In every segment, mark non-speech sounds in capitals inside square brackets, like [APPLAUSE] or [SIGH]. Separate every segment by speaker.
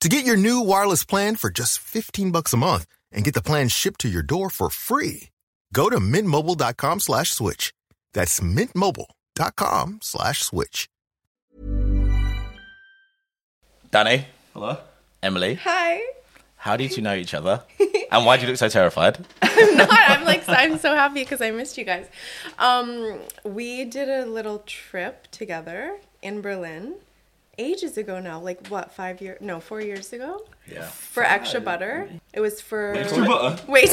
Speaker 1: To get your new wireless plan for just 15 bucks a month and get the plan shipped to your door for free, go to mintmobile.com slash switch. That's mintmobile.com slash switch.
Speaker 2: Danny,
Speaker 3: Hello.
Speaker 2: Emily,
Speaker 4: Hi. [LAUGHS]
Speaker 2: how did you know each other? And why do you look so terrified?
Speaker 4: I'm not. I'm like I'm so happy because I missed you guys. Um, we did a little trip together in Berlin ages ago now. Like what? Five years? No, four years ago.
Speaker 2: Yeah.
Speaker 4: For extra butter. It was for
Speaker 3: Extra butter.
Speaker 4: wait.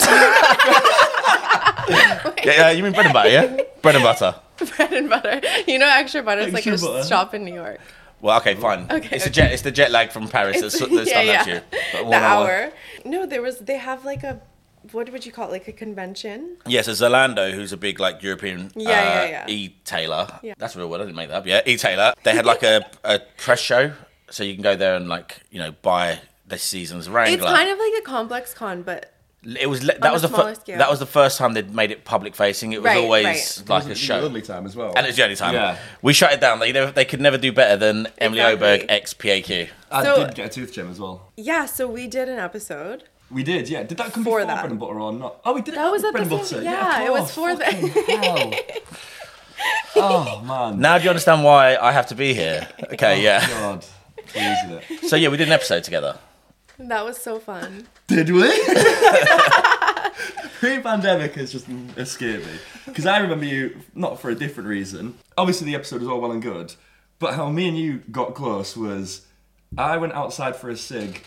Speaker 2: Yeah, yeah, you mean bread and butter,
Speaker 4: [LAUGHS]
Speaker 2: yeah? bread and butter.
Speaker 4: bread and butter. You know, extra butter is like
Speaker 3: Extra
Speaker 4: a
Speaker 3: butter.
Speaker 4: shop in New York.
Speaker 2: Well, okay, fine.
Speaker 4: Okay,
Speaker 2: it's, A
Speaker 4: okay.
Speaker 2: jet, it's the jet lag from Paris that's,
Speaker 4: [LAUGHS]
Speaker 2: that's done that to you. But
Speaker 4: the
Speaker 2: one hour.
Speaker 4: hour. No, there was. They have like a. What would you call it? Like a convention.
Speaker 2: Yeah, so Zalando, who's a big like European uh,
Speaker 4: Yeah, yeah, yeah.
Speaker 2: e-tailer.
Speaker 4: Yeah.
Speaker 2: That's a real word. I didn't make that up. Yeah, e-tailer. They had like a, a press show, so you can go there and like you know buy this season's Wrangler.
Speaker 4: It's kind of like a complex con, but
Speaker 2: it was le-
Speaker 4: a
Speaker 2: that was the
Speaker 4: smaller
Speaker 2: fir-
Speaker 4: scale.
Speaker 2: that was the first time they'd made it public facing. It was
Speaker 4: Right,
Speaker 2: always
Speaker 4: right.
Speaker 2: like
Speaker 3: Wasn't
Speaker 2: a
Speaker 3: it
Speaker 2: show.
Speaker 3: Lovely time as well.
Speaker 2: And it's the only time
Speaker 3: Yeah.
Speaker 2: we shut it down. They never, they could never do better than Emily Oberg
Speaker 4: Exactly.
Speaker 2: ex PAQ.
Speaker 3: I
Speaker 4: So-
Speaker 3: did get a tooth gem as well.
Speaker 4: yeah. So we did an episode.
Speaker 3: We did, yeah. Did that come
Speaker 4: For
Speaker 3: before
Speaker 4: that.
Speaker 3: bread and butter or not? Oh, we did. it
Speaker 4: That was at
Speaker 3: with bread
Speaker 4: the
Speaker 3: and butter.
Speaker 4: same-
Speaker 3: of
Speaker 4: yeah, it was
Speaker 3: course.
Speaker 4: for the-
Speaker 3: Fucking
Speaker 4: [LAUGHS]
Speaker 3: hell. oh man.
Speaker 2: Now do you understand why I have to be here? Okay, [LAUGHS] yeah.
Speaker 3: God. Please with it.
Speaker 2: So yeah, we did an episode together.
Speaker 4: That was so fun.
Speaker 3: Did we? [LAUGHS] Pre-pandemic has just escaped me because I remember you not for a different reason. Obviously, the episode was all well and good, but how me and you got close was I went outside for a cig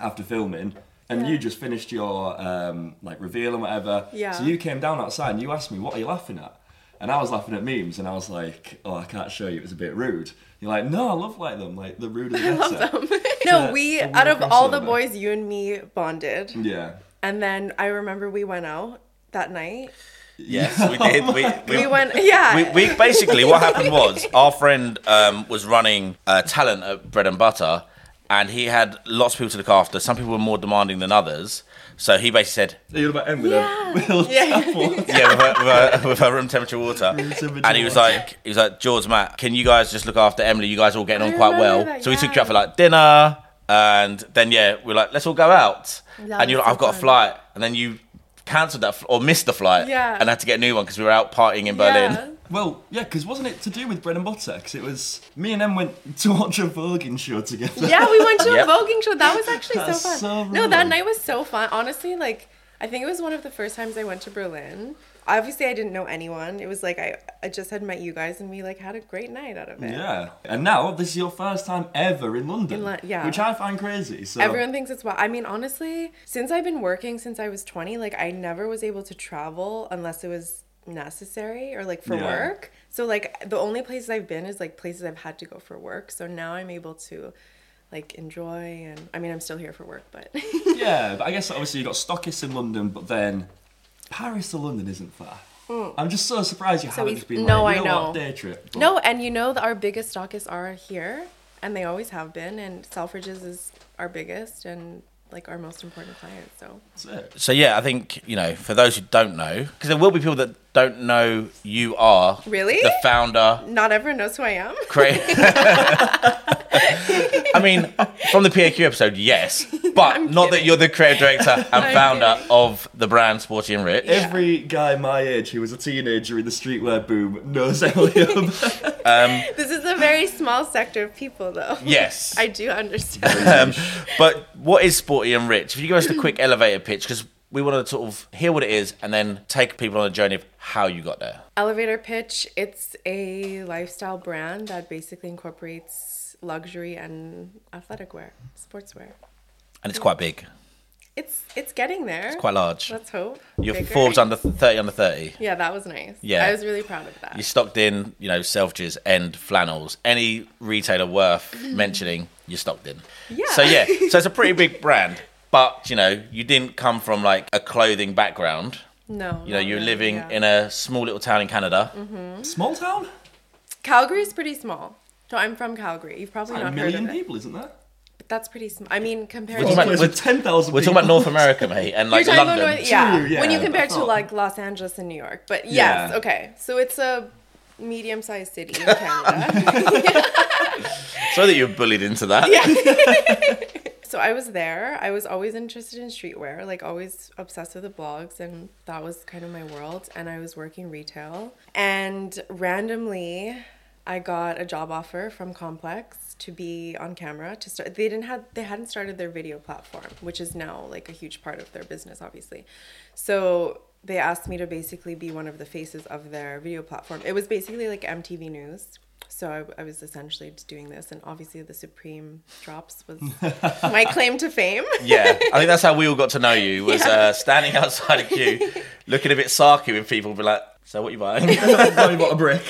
Speaker 3: after filming, and you just finished your um, like reveal and whatever.
Speaker 4: Yeah.
Speaker 3: So you came down outside and you asked me, "What are you laughing at?" And I was laughing at memes, and I was like, "Oh, I can't show you. It was a bit rude." You're like, "No, I love like them. Like the
Speaker 4: [LAUGHS]
Speaker 3: ruder the better."
Speaker 4: No,
Speaker 3: Yeah,
Speaker 4: we
Speaker 3: a real
Speaker 4: out of all the
Speaker 3: crossover.
Speaker 4: boys, you and me bonded.
Speaker 3: Yeah.
Speaker 4: And then I remember we went out that night.
Speaker 2: Yes, we did.
Speaker 4: [LAUGHS]
Speaker 2: We,
Speaker 4: We went, yeah.
Speaker 2: we, we basically what happened was our friend um, was running uh, talent at Bread and Butter, and he had lots of people to look after. Some people were more demanding than others, so he basically said,
Speaker 3: You're about to end with
Speaker 4: Yeah.
Speaker 3: a [LAUGHS] Will
Speaker 4: Yeah.
Speaker 3: Tapple.
Speaker 2: "Yeah, with her, with her, [LAUGHS] with her room temperature water."
Speaker 3: temperature
Speaker 2: and he was
Speaker 3: water.
Speaker 2: like, "He was like, George, Matt, can you guys just look after Emily? You guys are all getting on
Speaker 4: I
Speaker 2: quite
Speaker 4: remember
Speaker 2: well."
Speaker 4: that,
Speaker 2: so we took you
Speaker 4: yeah.
Speaker 2: out for like dinner, and then yeah, we are like, "Let's all go out,"
Speaker 4: That
Speaker 2: and you're like,
Speaker 4: was so
Speaker 2: "I've got a
Speaker 4: fun.
Speaker 2: flight," and then you cancelled that fl- or missed the flight,
Speaker 4: Yeah.
Speaker 2: and had to get a new one because we were out partying in Berlin.
Speaker 4: Yeah.
Speaker 3: Well, yeah, because wasn't it to do with bread and butter? Because it was me and Em went [LAUGHS] to watch a Voguing show together.
Speaker 4: Yeah, we went to
Speaker 2: Yep.
Speaker 4: a voguing show. That was actually so
Speaker 3: That's
Speaker 4: fun.
Speaker 3: so
Speaker 4: no, that
Speaker 3: rude.
Speaker 4: night was so fun. Honestly, like I think it was one of the first times I went to Berlin. Obviously, I didn't know anyone. It was like I, I just had met you guys, and we like had a great night out of it.
Speaker 3: Yeah. And now this is your first time ever in London,
Speaker 4: In Lon- yeah.
Speaker 3: which I find crazy. So
Speaker 4: Everyone thinks it's wild. I mean, honestly, since I've been working since I was 20, like I never was able to travel unless it was necessary or like for
Speaker 3: Yeah.
Speaker 4: work. So like the only places I've been is like places I've had to go for work. So now I'm able to like enjoy and I mean, I'm still here for work, but [LAUGHS]
Speaker 3: yeah, but I guess obviously you got Stockists in London, but then Paris to London isn't far. I'm just so surprised you haven't
Speaker 4: we-
Speaker 3: just been
Speaker 4: Mm. no,
Speaker 3: like,
Speaker 4: I
Speaker 3: you know, what,
Speaker 4: know.
Speaker 3: day trip. But
Speaker 4: no, and you know that our biggest stockists are here and they always have been and Selfridges is our biggest and like our most important client. So
Speaker 3: that's it.
Speaker 2: So yeah, I think you know for those who don't know, because there will be people that don't know you are
Speaker 4: Really?
Speaker 2: the founder.
Speaker 4: not everyone knows who I am. [LAUGHS]
Speaker 2: Create. I mean, from the PAQ episode, yes, but not that you're the creative
Speaker 4: [LAUGHS]
Speaker 2: director and founder of the brand Sporty and Rich.
Speaker 3: Every guy my age who was a teenager in the streetwear
Speaker 4: [LAUGHS]
Speaker 3: boom knows Elliot.
Speaker 4: This is a very small sector of people though.
Speaker 2: Yes,
Speaker 4: [LAUGHS] I do understand.
Speaker 2: um, [LAUGHS] but what is Sporty and Rich? If you give us the quick elevator pitch, because we want to sort of hear what it is and then take people on a journey of how you got there.
Speaker 4: Elevator Pitch, it's a lifestyle brand that basically incorporates luxury and athletic wear, sportswear.
Speaker 2: And it's quite big,
Speaker 4: It's it's getting there. It's
Speaker 2: quite large.
Speaker 4: Let's hope.
Speaker 2: You're
Speaker 4: Bigger.
Speaker 2: Forbes under thirty under thirty.
Speaker 4: Yeah, that was nice.
Speaker 2: Yeah.
Speaker 4: I was really proud of that.
Speaker 2: You stocked in, you know, Selfridges and flannels. Any retailer worth mentioning, you stocked in.
Speaker 4: Mm. Yeah. [LAUGHS]
Speaker 2: So yeah, so it's a pretty big brand. But you know, you didn't come from like a clothing background.
Speaker 4: No. Mm-hmm.
Speaker 2: You know, you're living in a small little town in Canada.
Speaker 3: Small town?
Speaker 4: Calgary's pretty small. So I'm from Calgary. You've probably
Speaker 3: Like a
Speaker 4: not heard
Speaker 3: million
Speaker 4: of it.
Speaker 3: people, isn't there?
Speaker 4: But that's pretty small. I mean, compared
Speaker 2: We're
Speaker 4: to
Speaker 2: talking about-
Speaker 3: Place
Speaker 2: we're-
Speaker 3: with 10,000
Speaker 2: We're talking about
Speaker 3: [LAUGHS]
Speaker 2: North America, mate, and like
Speaker 4: You're talking
Speaker 2: London.
Speaker 4: about North- yeah.
Speaker 3: True,
Speaker 4: When you
Speaker 3: yeah, Oh.
Speaker 4: compare
Speaker 3: that's
Speaker 4: to
Speaker 3: all.
Speaker 4: like Los Angeles and New York, but yes,
Speaker 3: Yeah.
Speaker 4: okay. So it's a medium-sized
Speaker 2: [LAUGHS]
Speaker 4: city in Canada.
Speaker 2: So that you're bullied into that.
Speaker 4: so I was there. I was always interested in streetwear, like always obsessed with the blogs, and that was kind of my world. And I was working retail, and randomly, I got a job offer from Complex to be on camera to start. They didn't had they hadn't started their video platform, which is now like a huge part of their business, obviously. So they asked me to basically be one of the faces of their video platform. It was basically like MTV News. So I, I was essentially just doing this, and obviously the Supreme drops was my claim to fame.
Speaker 2: Yeah, I think that's how we all got to know
Speaker 4: [LAUGHS]
Speaker 2: you was uh, standing outside a queue, looking a bit sarky with people, be like, "So what you
Speaker 4: [LAUGHS]
Speaker 2: buying?"
Speaker 3: Sorry, what a brick.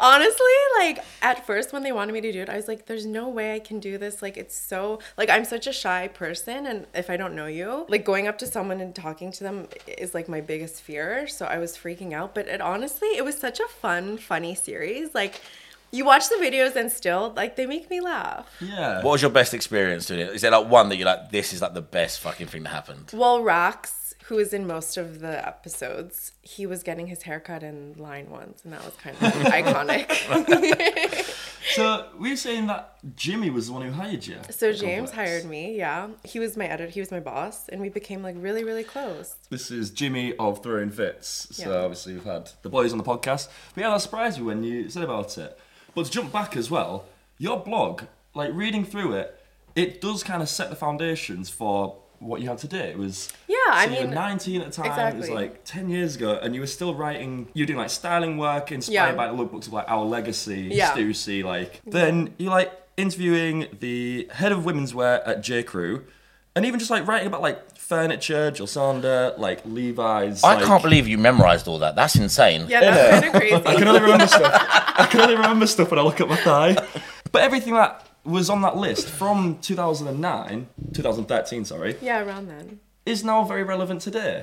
Speaker 4: Honestly, like at first when they wanted me to do it, I was like, "There's no way I can do this." Like it's so like I'm such a shy person, and if I don't know you, like going up to someone and talking to them is like my biggest fear. So I was freaking out. But it honestly, it was such a fun, funny series. Like. You watch the videos and still like they make me laugh.
Speaker 3: Yeah.
Speaker 2: what was your best experience doing it? Is there like one that you're like, "This is like the best fucking thing that happened"?
Speaker 4: Well, Rax, who is in most of the episodes, he was getting his haircut in line once, and that was kind of iconic. [LAUGHS]
Speaker 3: So we were saying that Jimmy was the one who hired you.
Speaker 4: So
Speaker 3: at
Speaker 4: James
Speaker 3: Complex.
Speaker 4: hired me, yeah. He was my editor, he was my boss, and we became like really, really close.
Speaker 3: This is Jimmy of Throwing Fits. So
Speaker 4: Yeah.
Speaker 3: obviously we've had the boys on the podcast. But yeah, that surprised me when you said about it. But to jump back as well, your blog, like reading through it, it does kind of set the foundations for what you have today. It was
Speaker 4: Yeah, I
Speaker 3: so you were
Speaker 4: mean,
Speaker 3: 19 at the time. It was
Speaker 4: exactly.
Speaker 3: like 10 years ago, and you were still writing. You were doing like styling work inspired
Speaker 4: Yeah.
Speaker 3: by the lookbooks of like Our Legacy,
Speaker 4: Yeah.
Speaker 3: Stu C. Like then you like interviewing the head of women's wear at J Crew, and even just like writing about like furniture, Jill Sander, like Levi's.
Speaker 2: I
Speaker 3: like-
Speaker 2: can't believe you memorized all that. That's insane.
Speaker 4: Yeah, that's kind of crazy.
Speaker 3: I can only remember stuff. I can only remember stuff when I look at my thigh. [LAUGHS] But everything that was on that list from 2009, 2013, sorry,
Speaker 4: yeah, around then.
Speaker 3: is now very relevant today.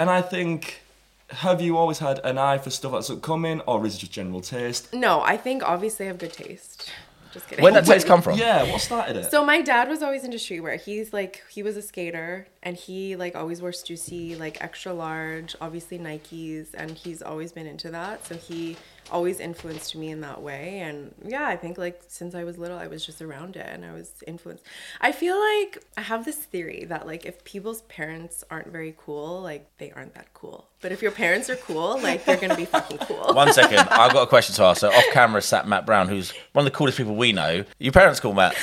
Speaker 3: And I think, have you always had an eye for stuff that's upcoming, or is it just general taste?
Speaker 4: No, I think obviously I have good taste. Just kidding. [LAUGHS]
Speaker 2: Where'd that taste come from?
Speaker 3: Yeah, what started it?
Speaker 4: So my dad was always into streetwear. He's like he was a skater and he like always wore Stussy, like extra large, obviously Nikes, and he's always been into that. So he always influenced me in that way. And yeah, I think like since I was little I was just around it and I was influenced. I feel like I have this theory that like if people's parents aren't very cool, like they aren't that cool. But if your parents are cool, like they're gonna be fucking cool.
Speaker 2: [LAUGHS] One
Speaker 3: [LAUGHS]
Speaker 2: second, I've got a question to ask. So off camera sat Matt Brown, who's one of the coolest people we know. Your parents call
Speaker 3: [LAUGHS]
Speaker 2: Matt.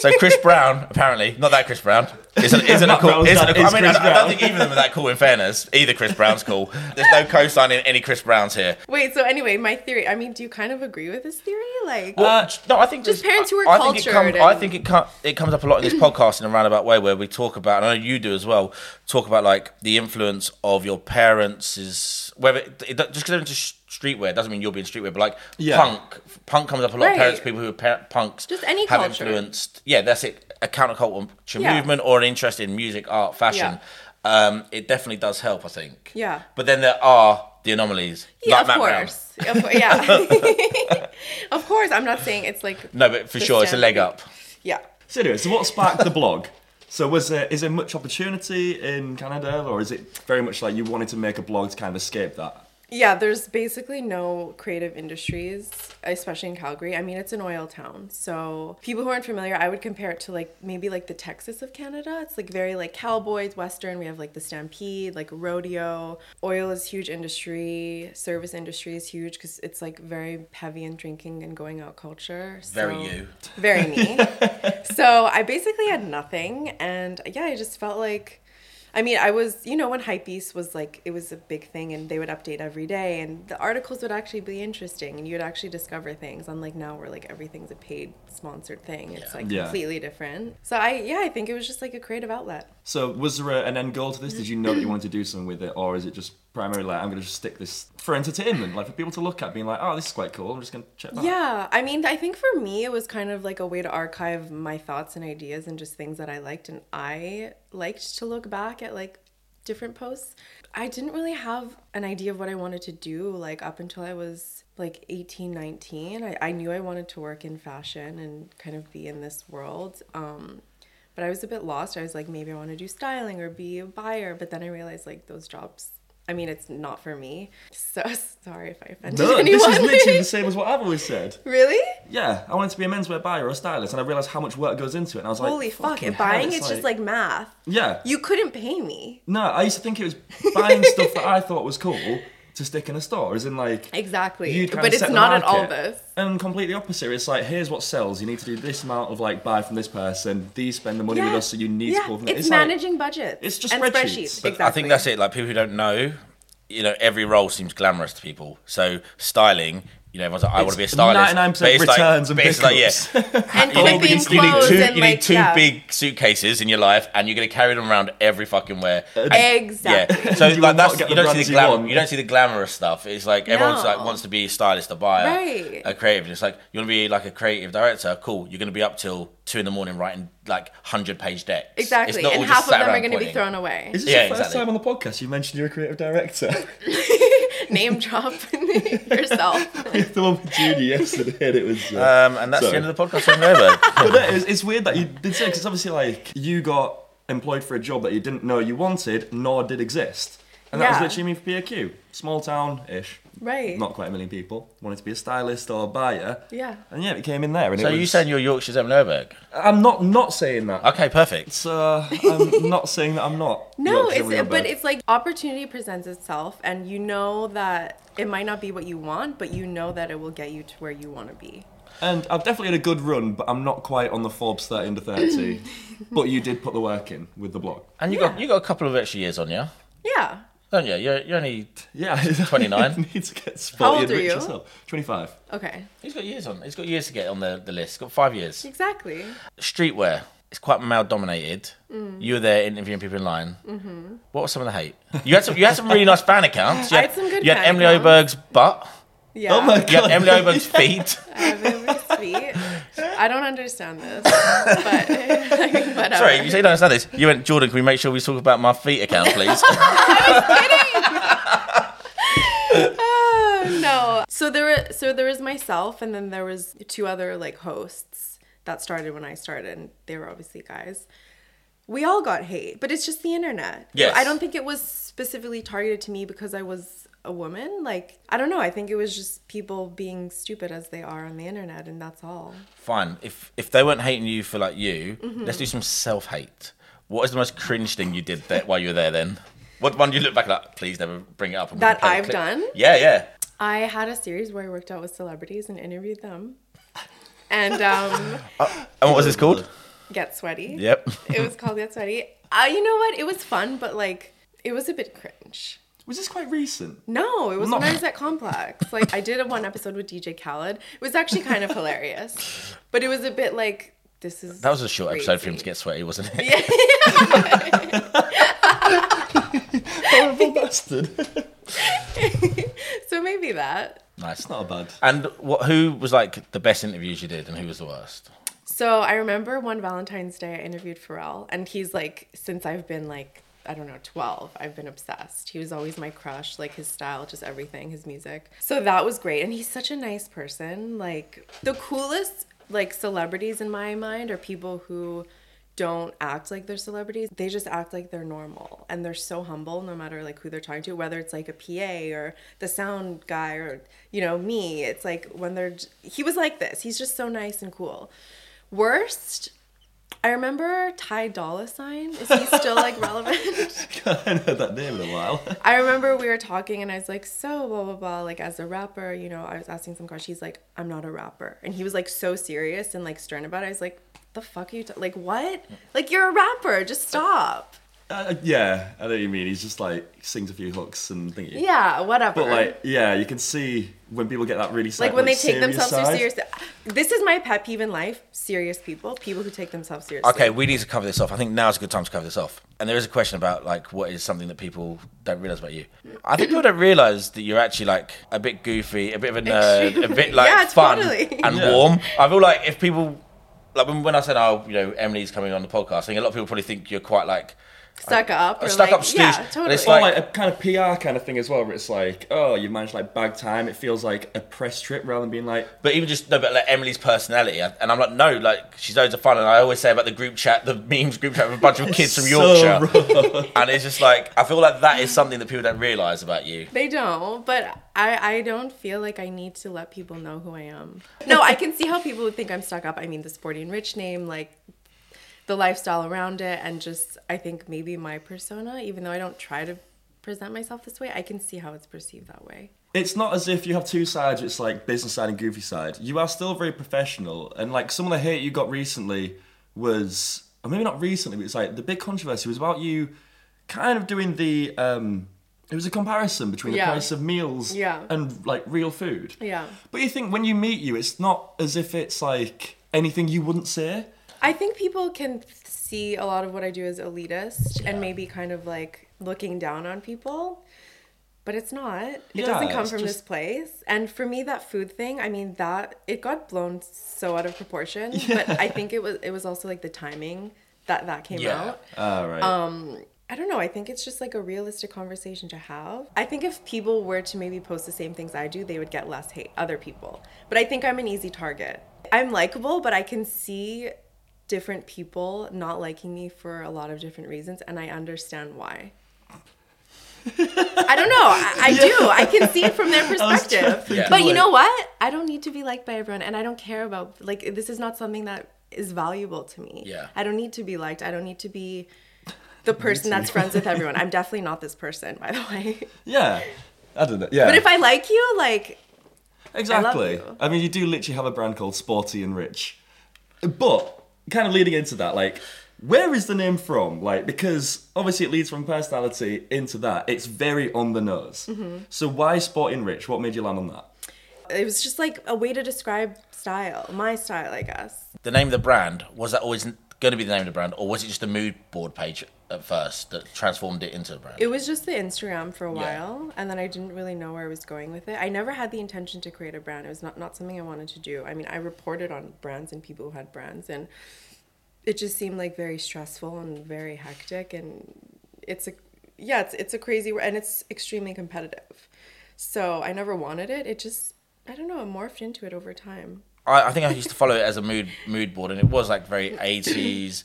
Speaker 2: so Chris Brown, apparently, not that Chris Brown, isn't, isn't a
Speaker 3: Matt
Speaker 2: cool.
Speaker 3: Brown's
Speaker 2: Isn't a
Speaker 3: dad
Speaker 2: cool I
Speaker 3: is
Speaker 2: mean,
Speaker 3: Chris
Speaker 2: I, I don't
Speaker 3: Brown.
Speaker 2: think either of them are that cool. In fairness, either Chris Brown's cool. There's no co-signing any Chris Browns here.
Speaker 4: Wait, so anyway, my theory I mean, do you kind of agree with this theory? Like
Speaker 2: Well, Uh, no, I think
Speaker 4: just
Speaker 2: there's-
Speaker 4: parents who are
Speaker 2: I think it
Speaker 4: cultured
Speaker 2: come- I
Speaker 4: and-
Speaker 2: think it com- it comes up a
Speaker 4: [CLEARS THROAT]
Speaker 2: lot in this podcast in a roundabout way where we talk about. And I know you do as well. Talk about like the influence of your parents is whether it, it, just because they're into sh- streetwear doesn't mean you'll be in streetwear. But like
Speaker 3: Yeah.
Speaker 2: punk, punk comes up a lot. of
Speaker 4: Right.
Speaker 2: Parents, people who are par- punks,
Speaker 4: Just any
Speaker 2: have
Speaker 4: culture.
Speaker 2: influenced. Yeah, that's it. A counterculture
Speaker 4: Yeah.
Speaker 2: movement or an interest in music, art, fashion. Um, it definitely does help. I think.
Speaker 4: Yeah.
Speaker 2: But then there are the anomalies.
Speaker 4: Yeah,
Speaker 2: like
Speaker 4: of,
Speaker 2: Matt Brown.
Speaker 4: course. of
Speaker 2: [LAUGHS]
Speaker 4: course. Yeah. [LAUGHS] of course. I'm not saying it's like.
Speaker 2: No, but for
Speaker 4: the
Speaker 2: sure, it's a
Speaker 4: standard.
Speaker 2: leg up.
Speaker 4: Yeah.
Speaker 3: So anyway, so what sparked the blog? So was there is there much opportunity in Canada, or is it very much like you wanted to make a blog to kind of escape that?
Speaker 4: Yeah, there's basically no creative industries, especially in Calgary. I mean, it's an oil town. So, people who aren't familiar, I would compare it to like maybe like the Texas of Canada. It's like very like cowboys, western. We have like the stampede, like rodeo. Oil is huge industry. Service industry is huge cuz it's like very heavy in drinking and going out culture. So,
Speaker 2: Very you.
Speaker 4: Very me. so I basically had nothing, and yeah, I just felt like, I mean, I was, you know, when Hypebeast was like, it was a big thing, and they would update every day, and the articles would actually be interesting, and you would actually discover things. Unlike now, where like everything's a paid sponsored thing, it's like
Speaker 3: Yeah.
Speaker 4: completely different. So I, yeah, I think it was just like a creative outlet.
Speaker 3: So, was there a, an end goal to this? Did you know that you wanted to do something with it, or is it just primarily like I'm going to just stick this for entertainment, like for people to look at, being like, "Oh, this is quite cool. I'm just going to check that." out."
Speaker 4: Yeah, I mean, I think for me, it was kind of like a way to archive my thoughts and ideas and just things that I liked. And I liked to look back at like different posts. I didn't really have an idea of what I wanted to do like up until I was like 18, 19. I, I knew I wanted to work in fashion and kind of be in this world. Um, but I was a bit lost. I was like, maybe I want to do styling or be a buyer. But then I realized like those jobs. I mean, it's not for me. So [LAUGHS] sorry if I offended
Speaker 3: No, this
Speaker 4: anyone.
Speaker 3: is
Speaker 4: [LAUGHS]
Speaker 3: literally the same as what I've always said.
Speaker 4: Really?
Speaker 3: Yeah, I wanted to be a menswear buyer or a stylist, and I realized how much work goes into it. And I was like,
Speaker 4: Holy fuck.
Speaker 3: "Fucking
Speaker 4: If
Speaker 3: hell,"
Speaker 4: buying it's just like math.
Speaker 3: yeah.
Speaker 4: You couldn't pay me.
Speaker 3: No, I used to think it was buying stuff that I thought was cool to stick in a store, as in like
Speaker 4: [LAUGHS] Exactly.
Speaker 3: you'd kinda
Speaker 4: But it's
Speaker 3: set the
Speaker 4: not at all
Speaker 3: market.
Speaker 4: this.
Speaker 3: And completely opposite. It's like here's what sells. You need to do this amount of like buy from this person. These spend the money with us, so you need
Speaker 4: yeah.
Speaker 3: to pull from it.
Speaker 4: it's,
Speaker 3: like-
Speaker 4: managing budgets.
Speaker 3: it's just
Speaker 4: and
Speaker 3: spreadsheets.
Speaker 4: spreadsheets.
Speaker 3: But
Speaker 4: exactly.
Speaker 2: I think that's it. Like people who don't know, you know, every role seems glamorous to people. So styling, you know, everyone's like, I want to be a stylist.
Speaker 3: 99%
Speaker 2: But it's like-
Speaker 3: returns and
Speaker 2: but it's like, yeah,
Speaker 3: pickups. [LAUGHS]
Speaker 4: And
Speaker 2: You need-
Speaker 4: flipping
Speaker 2: you need
Speaker 4: clothes
Speaker 2: two,
Speaker 4: and
Speaker 2: you
Speaker 4: like
Speaker 2: need two
Speaker 4: yeah.
Speaker 2: big suitcases in your life, and you're gonna carry them around every fucking where. And-
Speaker 4: [LAUGHS] Exactly.
Speaker 2: Yeah. So
Speaker 3: Uh, [LAUGHS] You will
Speaker 2: like
Speaker 3: not
Speaker 2: that's
Speaker 3: get
Speaker 2: you
Speaker 3: the
Speaker 2: don't see
Speaker 3: brands
Speaker 2: the
Speaker 3: you
Speaker 2: glam,
Speaker 3: want.
Speaker 2: you don't see the glamorous stuff. It's like everyone's like
Speaker 4: No.
Speaker 2: wants to be a stylist, a buyer,
Speaker 4: Right.
Speaker 2: a creative. And it's like you want to be like a creative director. Cool. You're gonna be up till two in the morning writing like hundred page decks. It's
Speaker 4: [LAUGHS] Exactly.
Speaker 2: not all
Speaker 4: And
Speaker 2: just
Speaker 4: half of
Speaker 2: sat
Speaker 4: them are
Speaker 2: around
Speaker 4: going to be
Speaker 2: pointing.
Speaker 4: thrown away.
Speaker 3: Is this
Speaker 2: Yeah,
Speaker 3: your first
Speaker 2: exactly.
Speaker 3: time on the podcast you mentioned you're a creative director? [LAUGHS]
Speaker 4: [LAUGHS]
Speaker 2: [LAUGHS]
Speaker 4: Name drop yourself.
Speaker 3: the one with Junior yesterday, and it was. uh,
Speaker 2: Um, and that's
Speaker 3: Sorry.
Speaker 2: the end of the podcast. I'm over.
Speaker 3: but no, it's, it's weird that you did say because obviously, like, you got employed for a job that you didn't know you wanted, nor did exist, and that
Speaker 4: Yeah.
Speaker 3: was literally me for PAQ, small town ish,
Speaker 4: Right.
Speaker 3: not quite a million people. Wanted to be a stylist or a buyer.
Speaker 4: Yeah.
Speaker 3: And yeah, it came in there. And
Speaker 2: So
Speaker 3: [LAUGHS] it
Speaker 2: you
Speaker 3: was-
Speaker 2: saying you're Yorkshire's Evan Erberg?
Speaker 3: I'm not not saying that.
Speaker 2: Okay, perfect.
Speaker 3: So I'm [LAUGHS] not saying that I'm not.
Speaker 4: No,
Speaker 3: Yorkshire
Speaker 4: it's
Speaker 3: Wheelbird.
Speaker 4: but it's like opportunity presents itself, and you know that it might not be what you want, but you know that it will get you to where you want to be.
Speaker 3: And I've definitely had a good run, but I'm not quite on the Forbes 13
Speaker 4: [LAUGHS]
Speaker 3: to 30. but you did put the work in with the blog.
Speaker 2: And you got you got a couple of extra years on you,
Speaker 4: Yeah.
Speaker 2: don't you? You're, you're only
Speaker 3: Yeah, [LAUGHS]
Speaker 2: 29.
Speaker 3: need to get spotted.
Speaker 4: How old are
Speaker 3: rich
Speaker 4: you?
Speaker 3: yourself. 25.
Speaker 4: Okay.
Speaker 2: he's got years on. He's got years to get on the, the list. He's got five years.
Speaker 4: Exactly.
Speaker 2: Streetwear. It's quite male dominated.
Speaker 4: Mm.
Speaker 2: You were there interviewing people in line. Mm-hmm. What was some of the hate? You had some. You had some really nice fan
Speaker 4: [LAUGHS]
Speaker 2: accounts. You
Speaker 4: I
Speaker 2: had,
Speaker 4: had some good
Speaker 2: You
Speaker 4: fan
Speaker 2: had Emily
Speaker 4: accounts.
Speaker 2: Oberg's butt.
Speaker 4: Yeah.
Speaker 3: Oh my
Speaker 2: You
Speaker 4: [LAUGHS]
Speaker 3: god.
Speaker 2: had Emily Oberg's feet.
Speaker 4: Everyone's sweet. I don't understand this, but [LAUGHS] uh, like, whatever.
Speaker 2: Sorry, you say you don't understand this. You went, Jordan. Can we make sure we talk about my feet account,
Speaker 4: [LAUGHS]
Speaker 2: please?
Speaker 4: Oh, no. So there were so there was myself, and then there was two other like hosts that started when I started, and they were obviously guys. We all got hate, but it's just the internet.
Speaker 2: Yes.
Speaker 4: I don't think it was specifically targeted to me because I was a woman. Like I don't know. I think it was just people being stupid as they are on the internet, and that's all.
Speaker 2: fine. If if they weren't hating you for like you,
Speaker 4: Mm-hmm.
Speaker 2: let's do some self hate. What is the most cringe thing you did that while you were there? Then what one do you look back like? Please never bring it up. and we can
Speaker 4: That
Speaker 2: play the
Speaker 4: I've
Speaker 2: clip."
Speaker 4: done?
Speaker 2: Yeah, yeah.
Speaker 4: I had a series where I worked out with celebrities and interviewed them, and um,
Speaker 2: And what was this called?
Speaker 4: get sweaty.
Speaker 2: Yep.
Speaker 4: It was called Get Sweaty. Uh, you know what? It was fun, but like it was a bit cringe.
Speaker 3: Was this quite recent?
Speaker 4: [LAUGHS] No, it was when
Speaker 3: No.
Speaker 4: I was at Complex. Like I did a one episode with DJ Khaled. It was actually kind of hilarious, but it was a bit like this is
Speaker 2: That was a short episode for him to
Speaker 4: crazy.
Speaker 2: get sweaty, wasn't it?
Speaker 3: Horrible bastard. [LAUGHS]
Speaker 4: So maybe that.
Speaker 2: [LAUGHS] Nice.
Speaker 3: It's not a bad.
Speaker 2: And what? Who was like the best interviews you did, and who was the worst?
Speaker 4: So I remember one Valentine's Day I interviewed Pharrell, and he's like, since I've been like, I don't know, 12, I've been obsessed. He was always my crush, like his style, just everything, his music. So that was great. And he's such a nice person. Like, the coolest, like, celebrities in my mind are people who don't act like they're celebrities. They just act like they're normal and they're so humble no matter like who they're talking to, whether it's like a PA or the sound guy or you know me. It's like when they're j- he was like this. He's just so nice and cool. Worst I remember Ty Dolla Sign. Is he still like relevant?
Speaker 3: [LAUGHS]
Speaker 4: [LAUGHS]
Speaker 3: I haven't heard that name in a while. [LAUGHS]
Speaker 4: I remember we were talking and I was like, so blah blah blah. Like as a rapper, you know, I was asking some questions. He's like, I'm not a rapper, and he was like so serious and like stern about it. I was like, the fuck are you? Ta- like what? Like you're a rapper. Just stop.
Speaker 3: Uh, yeah, I know what you mean. He's just like sings a few hooks and thingy.
Speaker 4: Yeah, whatever.
Speaker 3: But like, yeah, you can see when people get that really
Speaker 4: like when they take
Speaker 3: serious
Speaker 4: themselves
Speaker 3: side.
Speaker 4: too serious. This is my pet peeve in life: serious people, people who take themselves seriously.
Speaker 2: Okay, we need to cover this off. I think now's a good time to cover this off. And there is a question about like what is something that people don't realize about you. I think people don't realize that you're actually like a bit goofy, a bit of a nerd, a bit like
Speaker 4: Yeah,
Speaker 2: fun
Speaker 4: totally.
Speaker 2: and
Speaker 3: Yeah.
Speaker 2: warm. I feel like if people like when, when I said, "Oh, you know, Emily's coming on the podcast," I think a lot of people probably think you're quite like
Speaker 4: stuck up. Or
Speaker 2: stuck
Speaker 4: like,
Speaker 2: up stooge.
Speaker 4: Yeah,
Speaker 2: And
Speaker 4: totally.
Speaker 2: it's
Speaker 3: Or
Speaker 2: like-
Speaker 3: like a kind of PR kind of thing as well, where it's like, oh, you managed to like bag time. It feels like a press trip rather than being like,
Speaker 2: But even just no, but like Emily's personality, I- and I'm like, no, like she's loads of fun, and I always say about the group chat, the memes group chat with a bunch of kids from
Speaker 3: [LAUGHS] so
Speaker 2: Yorkshire, and it's just like I feel like that is something that people don't realise about you.
Speaker 4: They don't, but I, I don't feel like I need to let people know who I am. No, I can see how people would think I'm stuck up. I mean, the sporty and rich name, like the lifestyle around it, and just I think maybe my persona, even though I don't try to present myself this way, I can see how it's perceived that way.
Speaker 3: it's not as if you have two sides. It's like business side and goofy side. You are still very professional. And like someone I hate you got recently was, or maybe not recently, but it's like the big controversy was about you kind of doing the, um, it was a comparison between the
Speaker 4: Yeah.
Speaker 3: price of meals
Speaker 4: Yeah.
Speaker 3: and like real food.
Speaker 4: Yeah.
Speaker 3: But you think when you meet you, it's not as if it's like anything you wouldn't say.
Speaker 4: I think people can see a lot of what I do as elitist and maybe kind of like looking down on people. But it's not. It
Speaker 3: Yeah,
Speaker 4: doesn't come
Speaker 3: it's
Speaker 4: from this
Speaker 3: just-
Speaker 4: place. And for me that food thing, I mean that it got blown so out of proportion,
Speaker 3: [LAUGHS]
Speaker 4: but I think it was it was also like the timing that that came
Speaker 2: Yeah.
Speaker 4: out.
Speaker 3: Ah, right.
Speaker 4: Oh. I don't know. I think it's just like a realistic conversation to have. I think if people were to maybe post the same things I do, they would get less hate, other people. But I think I'm an easy target. I'm likable, but I can see different people not liking me for a lot of different reasons, and I understand
Speaker 3: [LAUGHS]
Speaker 4: why. I don't know. I, I do. I can see it from their perspective.
Speaker 3: think
Speaker 4: But
Speaker 3: of,
Speaker 4: you
Speaker 3: like-
Speaker 4: know what? I don't need to be liked by everyone, and I don't care about, like, this is not something that is valuable to me.
Speaker 2: Yeah.
Speaker 4: I don't need to be liked. I don't need to be the person that's friends with everyone. I'm definitely not this person, by the [LAUGHS] way.
Speaker 3: yeah. I don't know. Yeah.
Speaker 4: But if I like you, like
Speaker 3: Exactly.
Speaker 4: you.
Speaker 3: I, mean, you do literally have a brand called Sporty and Rich. But kind of leading into that, like, where is the name from? Like, because obviously it leads from personality into that. It's very on the nose.
Speaker 4: Mm-hmm.
Speaker 3: So why Sporty and Rich? What made you land on that?
Speaker 4: it was just like a way to describe style, my style, I guess.
Speaker 2: The name of the brand was that always going to be the name of the brand, or was it just a mood board page at first that transformed it into a brand?
Speaker 4: It was just the Instagram for a
Speaker 2: Yeah.
Speaker 4: while, and then I didn't really know where I was going with it. I never had the intention to create a brand. It was not not something I wanted to do. I mean, I reported on brands and people who had brands, and it just seemed like very stressful and very hectic. And it's a yeah, it's it's a crazy wor- and it's extremely competitive. So I never wanted it. It just I don't know. It morphed into it over time.
Speaker 2: I, I think I used to follow it as a mood mood board, and it was like very [LAUGHS] eighties,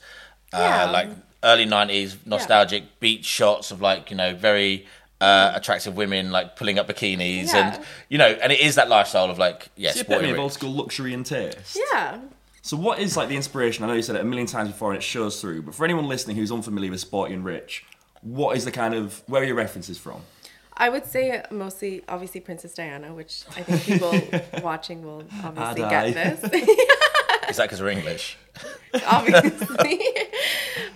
Speaker 2: uh,
Speaker 4: Yeah.
Speaker 2: like early nineties nostalgic beach shots of like you know very uh, attractive women like pulling up bikinis,
Speaker 4: Yeah.
Speaker 2: and you know, and it is that lifestyle of like yeah,
Speaker 3: It's the
Speaker 2: sporty
Speaker 3: epitome of
Speaker 2: rich.
Speaker 3: old school luxury and taste.
Speaker 4: Yeah.
Speaker 3: So what is like the inspiration? I know you said it a million times before and it shows through, but for anyone listening who's unfamiliar with Sporty and Rich, what is the kind of where are your references from?
Speaker 4: I would say mostly, obviously, Princess Diana, which I think people watching will obviously
Speaker 3: Aye.
Speaker 4: get this.
Speaker 2: Is that because we're English?
Speaker 4: obviously.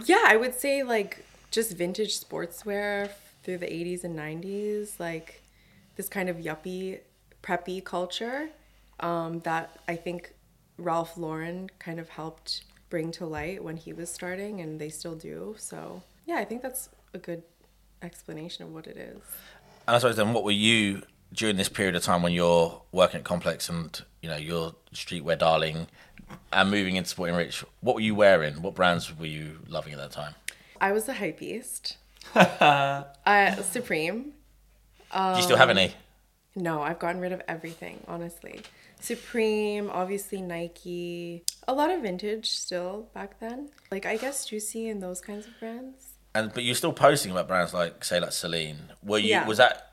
Speaker 4: yeah, I would say like just vintage sportswear through the 80s and 90s, like this kind of yuppie, preppy culture um, that I think Ralph Lauren kind of helped bring to light when he was starting, and they still do. So, yeah, I think that's a good explanation of what it is.
Speaker 2: And I suppose then, what were you during this period of time when you're working at Complex and you know your streetwear darling and moving into sporting rich? What were you wearing? What brands were you loving at that time?
Speaker 4: I was a hypebeast. uh, Supreme.
Speaker 2: Do you still
Speaker 4: Um,
Speaker 2: have any?
Speaker 4: No, I've gotten rid of everything, honestly. Supreme, obviously Nike, a lot of vintage still back then. Like I guess Juicy and those kinds of brands.
Speaker 2: And but you're still posting about brands like say like Celine. Were you
Speaker 4: Yeah.
Speaker 2: was that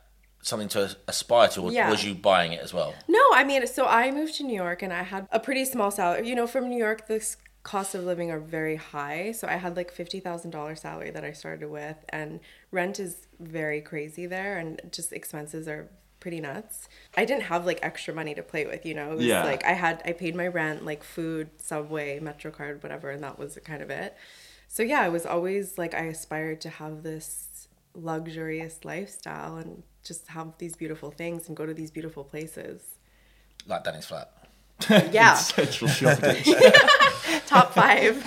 Speaker 2: something to aspire to, or
Speaker 4: Yeah.
Speaker 2: was you buying it as well?
Speaker 4: No, I mean, so I moved to New York and I had a pretty small salary. You know, from New York, the s- cost of living are very high. So I had like fifty thousand dollars salary that I started with, and rent is very crazy there, and just expenses are pretty nuts. I didn't have like extra money to play with. You know, it was
Speaker 3: Yeah.
Speaker 4: like I had I paid my rent, like food, subway, MetroCard, whatever, and that was kind of it. So yeah, I was always like I aspired to have this luxurious lifestyle and just have these beautiful things and go to these beautiful places.
Speaker 2: Like Danny's flat.
Speaker 4: Yeah,
Speaker 3: [LAUGHS] Central shopping.
Speaker 4: top five.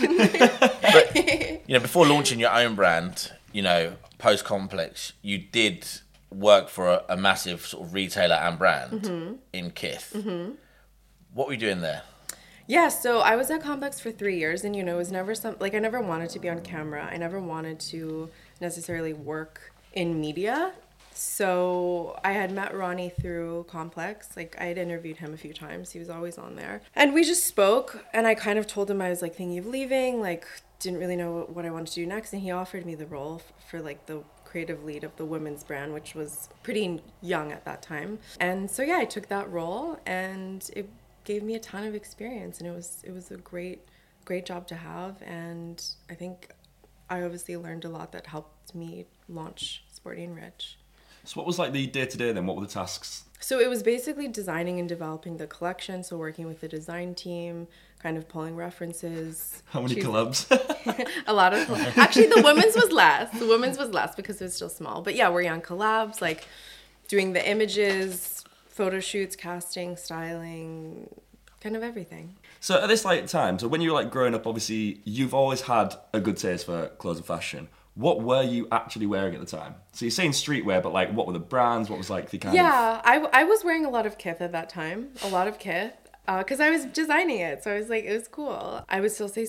Speaker 2: You know, before launching your own brand, you know, post complex, you did work for a, a massive sort of retailer and brand
Speaker 4: Mm-hmm.
Speaker 2: in Kith. What were you doing there?
Speaker 4: Yeah, so I was at Complex for three years, and you know, it was never some like I never wanted to be on camera. I never wanted to necessarily work in media. So I had met Ronnie through Complex. Like I had interviewed him a few times. He was always on there, and we just spoke. And I kind of told him I was like thinking of leaving. Like didn't really know what I wanted to do next, and he offered me the role f- for like the creative lead of the women's brand, which was pretty young at that time. And so yeah, I took that role, and it gave me a ton of experience and it was it was a great great job to have and I think I obviously learned a lot that helped me launch Sporty and Rich.
Speaker 3: so what was like the day to day then? What were the tasks?
Speaker 4: So it was basically designing and developing the collection, so working with the design team, kind of pulling references.
Speaker 3: How many
Speaker 4: choos-
Speaker 3: collabs?
Speaker 4: a lot of collabs. actually the women's was less the women's was less because it was still small but yeah we're on collabs like doing the images photo shoots casting styling kind of everything
Speaker 3: [LAUGHS] so at this like time, so when you were like growing up, obviously you've always had a good taste for clothes and fashion. What were you actually wearing at the time? So you're saying streetwear, but like what were the brands? What was like the kind of
Speaker 4: yeah I, I was wearing a lot of kith at that time a lot of kith because I was designing it, so I was like, it was cool. I would still say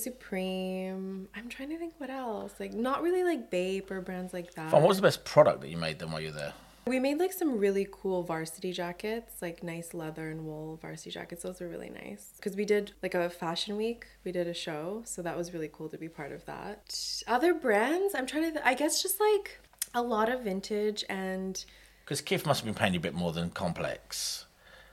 Speaker 4: Supreme. I'm trying to think what else. Like, not really like Bape or brands like that.
Speaker 2: And what was the best product that you made then while you were there?
Speaker 4: We made like some really cool varsity jackets, like nice leather and wool varsity jackets. Those were really nice. Because we did like a fashion week, we did a show. So that was really cool to be part of that. Other brands, I'm trying to, th- I guess just like a lot of vintage and.
Speaker 2: Because Kith must have been paying you a bit more than Complex.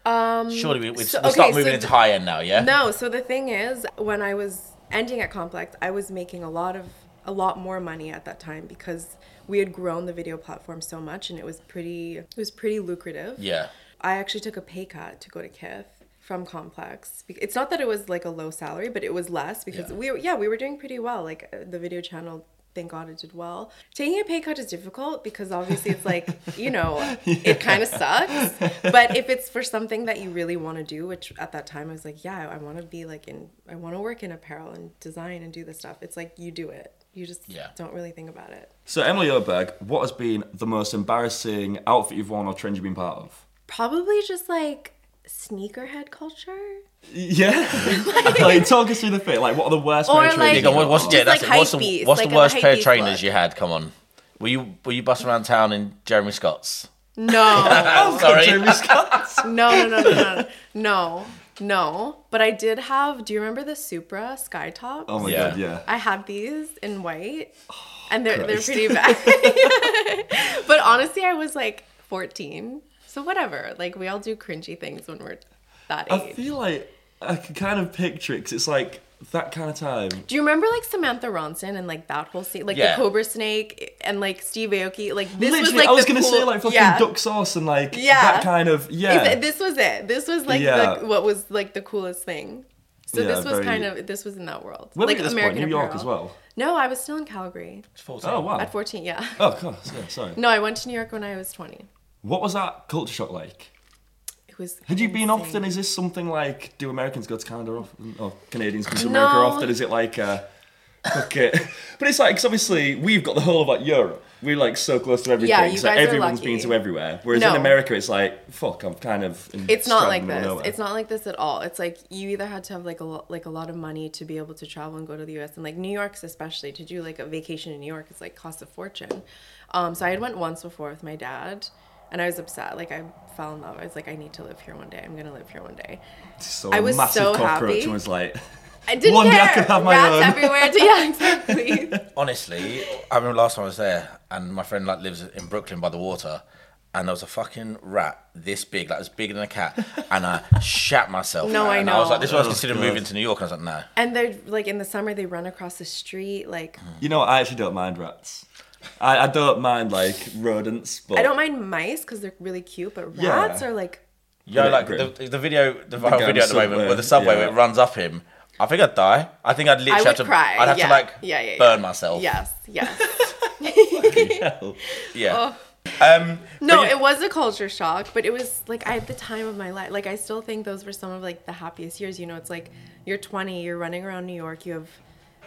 Speaker 2: Um, Surely we, we,
Speaker 4: so-
Speaker 2: we
Speaker 4: okay,
Speaker 2: start
Speaker 4: so
Speaker 2: moving
Speaker 4: th-
Speaker 2: into high end now, yeah?
Speaker 4: No, so the thing is, when I was ending at Complex, I was making a lot of a lot more money at that time because we had grown the video platform so much and it was pretty it was pretty lucrative.
Speaker 2: Yeah.
Speaker 4: I actually took a pay cut to go to Kith from Complex. Bec- It's not that it was like a low salary, but it was less because
Speaker 2: Yeah.
Speaker 4: we were, yeah, we were doing pretty well. Like uh, the video channel, thank God it did well. Taking a pay cut is difficult because obviously
Speaker 2: [LAUGHS]
Speaker 4: it's like, you know, it kind of sucks. But if it's for something that you really want to do, which at that time I was like, yeah, I want to be like in, I want to work in apparel and design and do this stuff. It's like you do it. You just
Speaker 2: Yeah.
Speaker 4: don't really think about it.
Speaker 3: So Emily Oberg, what has been the most embarrassing outfit you've worn or trend you've been part of?
Speaker 4: Probably just like
Speaker 2: [LAUGHS]
Speaker 4: sneakerhead culture.
Speaker 3: Yeah.
Speaker 4: [LAUGHS]
Speaker 3: like talk us through the fit. Like what are the worst
Speaker 4: Or,
Speaker 3: pair of trainers
Speaker 4: like-
Speaker 2: Yeah,
Speaker 3: you've
Speaker 2: go on, what-
Speaker 3: got
Speaker 2: what's,
Speaker 3: on?
Speaker 2: yeah,
Speaker 4: Just
Speaker 2: that's
Speaker 4: like
Speaker 2: it. what's the,
Speaker 4: hypebeast,
Speaker 2: what's the
Speaker 4: like a
Speaker 2: worst pair of
Speaker 4: hypebeast
Speaker 2: trainers
Speaker 4: look.
Speaker 2: you had? Come on. Were you were you busting around town in Jeremy Scott's?
Speaker 4: No.
Speaker 2: [LAUGHS] I'm sorry.
Speaker 3: Jeremy Scott.
Speaker 4: No, no, no, no, no, no, no. But I did have. Do you remember the Supra Sky Tops?
Speaker 3: [LAUGHS] Oh my
Speaker 2: Yeah.
Speaker 3: god, yeah.
Speaker 4: I had these in white, and they're
Speaker 3: Christ.
Speaker 4: they're pretty bad. [LAUGHS] but honestly, I was like 14, so whatever. Like we all do cringy things when we're that
Speaker 3: I
Speaker 4: age.
Speaker 3: feel like I can kind of picture it 'cause it's like that kind of time.
Speaker 4: Do you remember like Samantha Ronson and like that whole scene, like
Speaker 2: Yeah.
Speaker 4: the Cobra Snake and like Steve Aoki? Like this
Speaker 3: Literally,
Speaker 4: was like
Speaker 3: I was
Speaker 4: the
Speaker 3: gonna
Speaker 4: cool,
Speaker 3: say like fucking
Speaker 4: yeah.
Speaker 3: duck sauce and like
Speaker 4: Yeah.
Speaker 3: that kind of yeah.
Speaker 4: Exa- this was it. This was like
Speaker 3: Yeah.
Speaker 4: the, what was like the coolest thing. So
Speaker 3: Yeah,
Speaker 4: this was
Speaker 3: very-
Speaker 4: kind of this was in that world.
Speaker 3: Where were
Speaker 4: like
Speaker 3: you at this point? New York as well?
Speaker 4: No, I was still in Calgary
Speaker 3: oh wow.
Speaker 4: at 14. Yeah.
Speaker 3: Oh god, yeah, sorry.
Speaker 4: No, I went to New York when I was 20.
Speaker 3: What was that culture shock like?
Speaker 4: It was.
Speaker 3: Had you been
Speaker 4: insane.
Speaker 3: often? Is this something like do Americans go to Canada often, or Canadians go to
Speaker 4: No.
Speaker 3: America often? Is it like uh, okay? [LAUGHS] but it's like 'cause obviously we've got the whole of like Europe. We're like so close to everything,
Speaker 4: you
Speaker 3: so
Speaker 4: guys are
Speaker 3: everyone's been
Speaker 4: lucky.
Speaker 3: to everywhere. Whereas in
Speaker 4: No.
Speaker 3: America, it's like fuck, I'm kind of. in-
Speaker 4: It's not
Speaker 3: stranded
Speaker 4: like
Speaker 3: in the middle
Speaker 4: this.
Speaker 3: of nowhere.
Speaker 4: It's not like this at all. It's like you either had to have like a lo- like a lot of money to be able to travel and go to the U.S. and like New York's especially to do like a vacation in New York is like cost a fortune. Um, so I had went once before with my dad, and I was upset. Like I fell in love. I was like, I need to live here one day. I'm gonna live here one day.
Speaker 3: So
Speaker 4: I
Speaker 3: a
Speaker 4: was
Speaker 3: massive
Speaker 4: so
Speaker 3: cockroach
Speaker 4: happy.
Speaker 3: and was like, [LAUGHS]
Speaker 4: I didn't
Speaker 3: One day
Speaker 4: care.
Speaker 3: I could have my
Speaker 4: Rats
Speaker 3: own. [LAUGHS]
Speaker 4: everywhere. [LAUGHS] yeah, exactly.
Speaker 2: Honestly, I remember last time I was there, and my friend like lives in Brooklyn by the water, and there was a fucking rat this big, like it was bigger than a
Speaker 3: [LAUGHS]
Speaker 2: cat, and I shat myself.
Speaker 4: No, I
Speaker 2: and I was
Speaker 4: know.
Speaker 2: like, this was
Speaker 3: Oh,
Speaker 2: considering
Speaker 3: God.
Speaker 2: moving to New York, and I was like, no.
Speaker 4: and they're like in the summer they run across the street. Like
Speaker 3: you know, what, I actually don't mind rats. I, I don't mind like rodents, but
Speaker 4: I don't mind mice because they're really cute, but
Speaker 3: Yeah.
Speaker 4: rats are like
Speaker 2: Yeah,
Speaker 3: Yeah,
Speaker 2: like
Speaker 3: agree.
Speaker 2: the, the video, the viral
Speaker 3: guy on
Speaker 2: video
Speaker 3: the
Speaker 2: at the moment
Speaker 3: subway,
Speaker 2: where the subway
Speaker 3: yeah.
Speaker 2: where it runs up him. I think I'd die. I think I'd literally
Speaker 4: I
Speaker 2: have
Speaker 4: would
Speaker 2: to.
Speaker 4: cry.
Speaker 2: I'd have
Speaker 4: yeah.
Speaker 2: to like
Speaker 4: yeah, yeah, yeah.
Speaker 2: burn myself.
Speaker 4: Yes,
Speaker 3: [LAUGHS]
Speaker 4: yes.
Speaker 3: [LAUGHS] Hell.
Speaker 2: Yeah.
Speaker 4: Oh.
Speaker 2: Um.
Speaker 4: No,
Speaker 2: but yeah,
Speaker 4: it was a culture shock, but it was like I at the time of my life, like I still think those were some of like the happiest years. You know, it's like you're 20, you're running around New York, you have,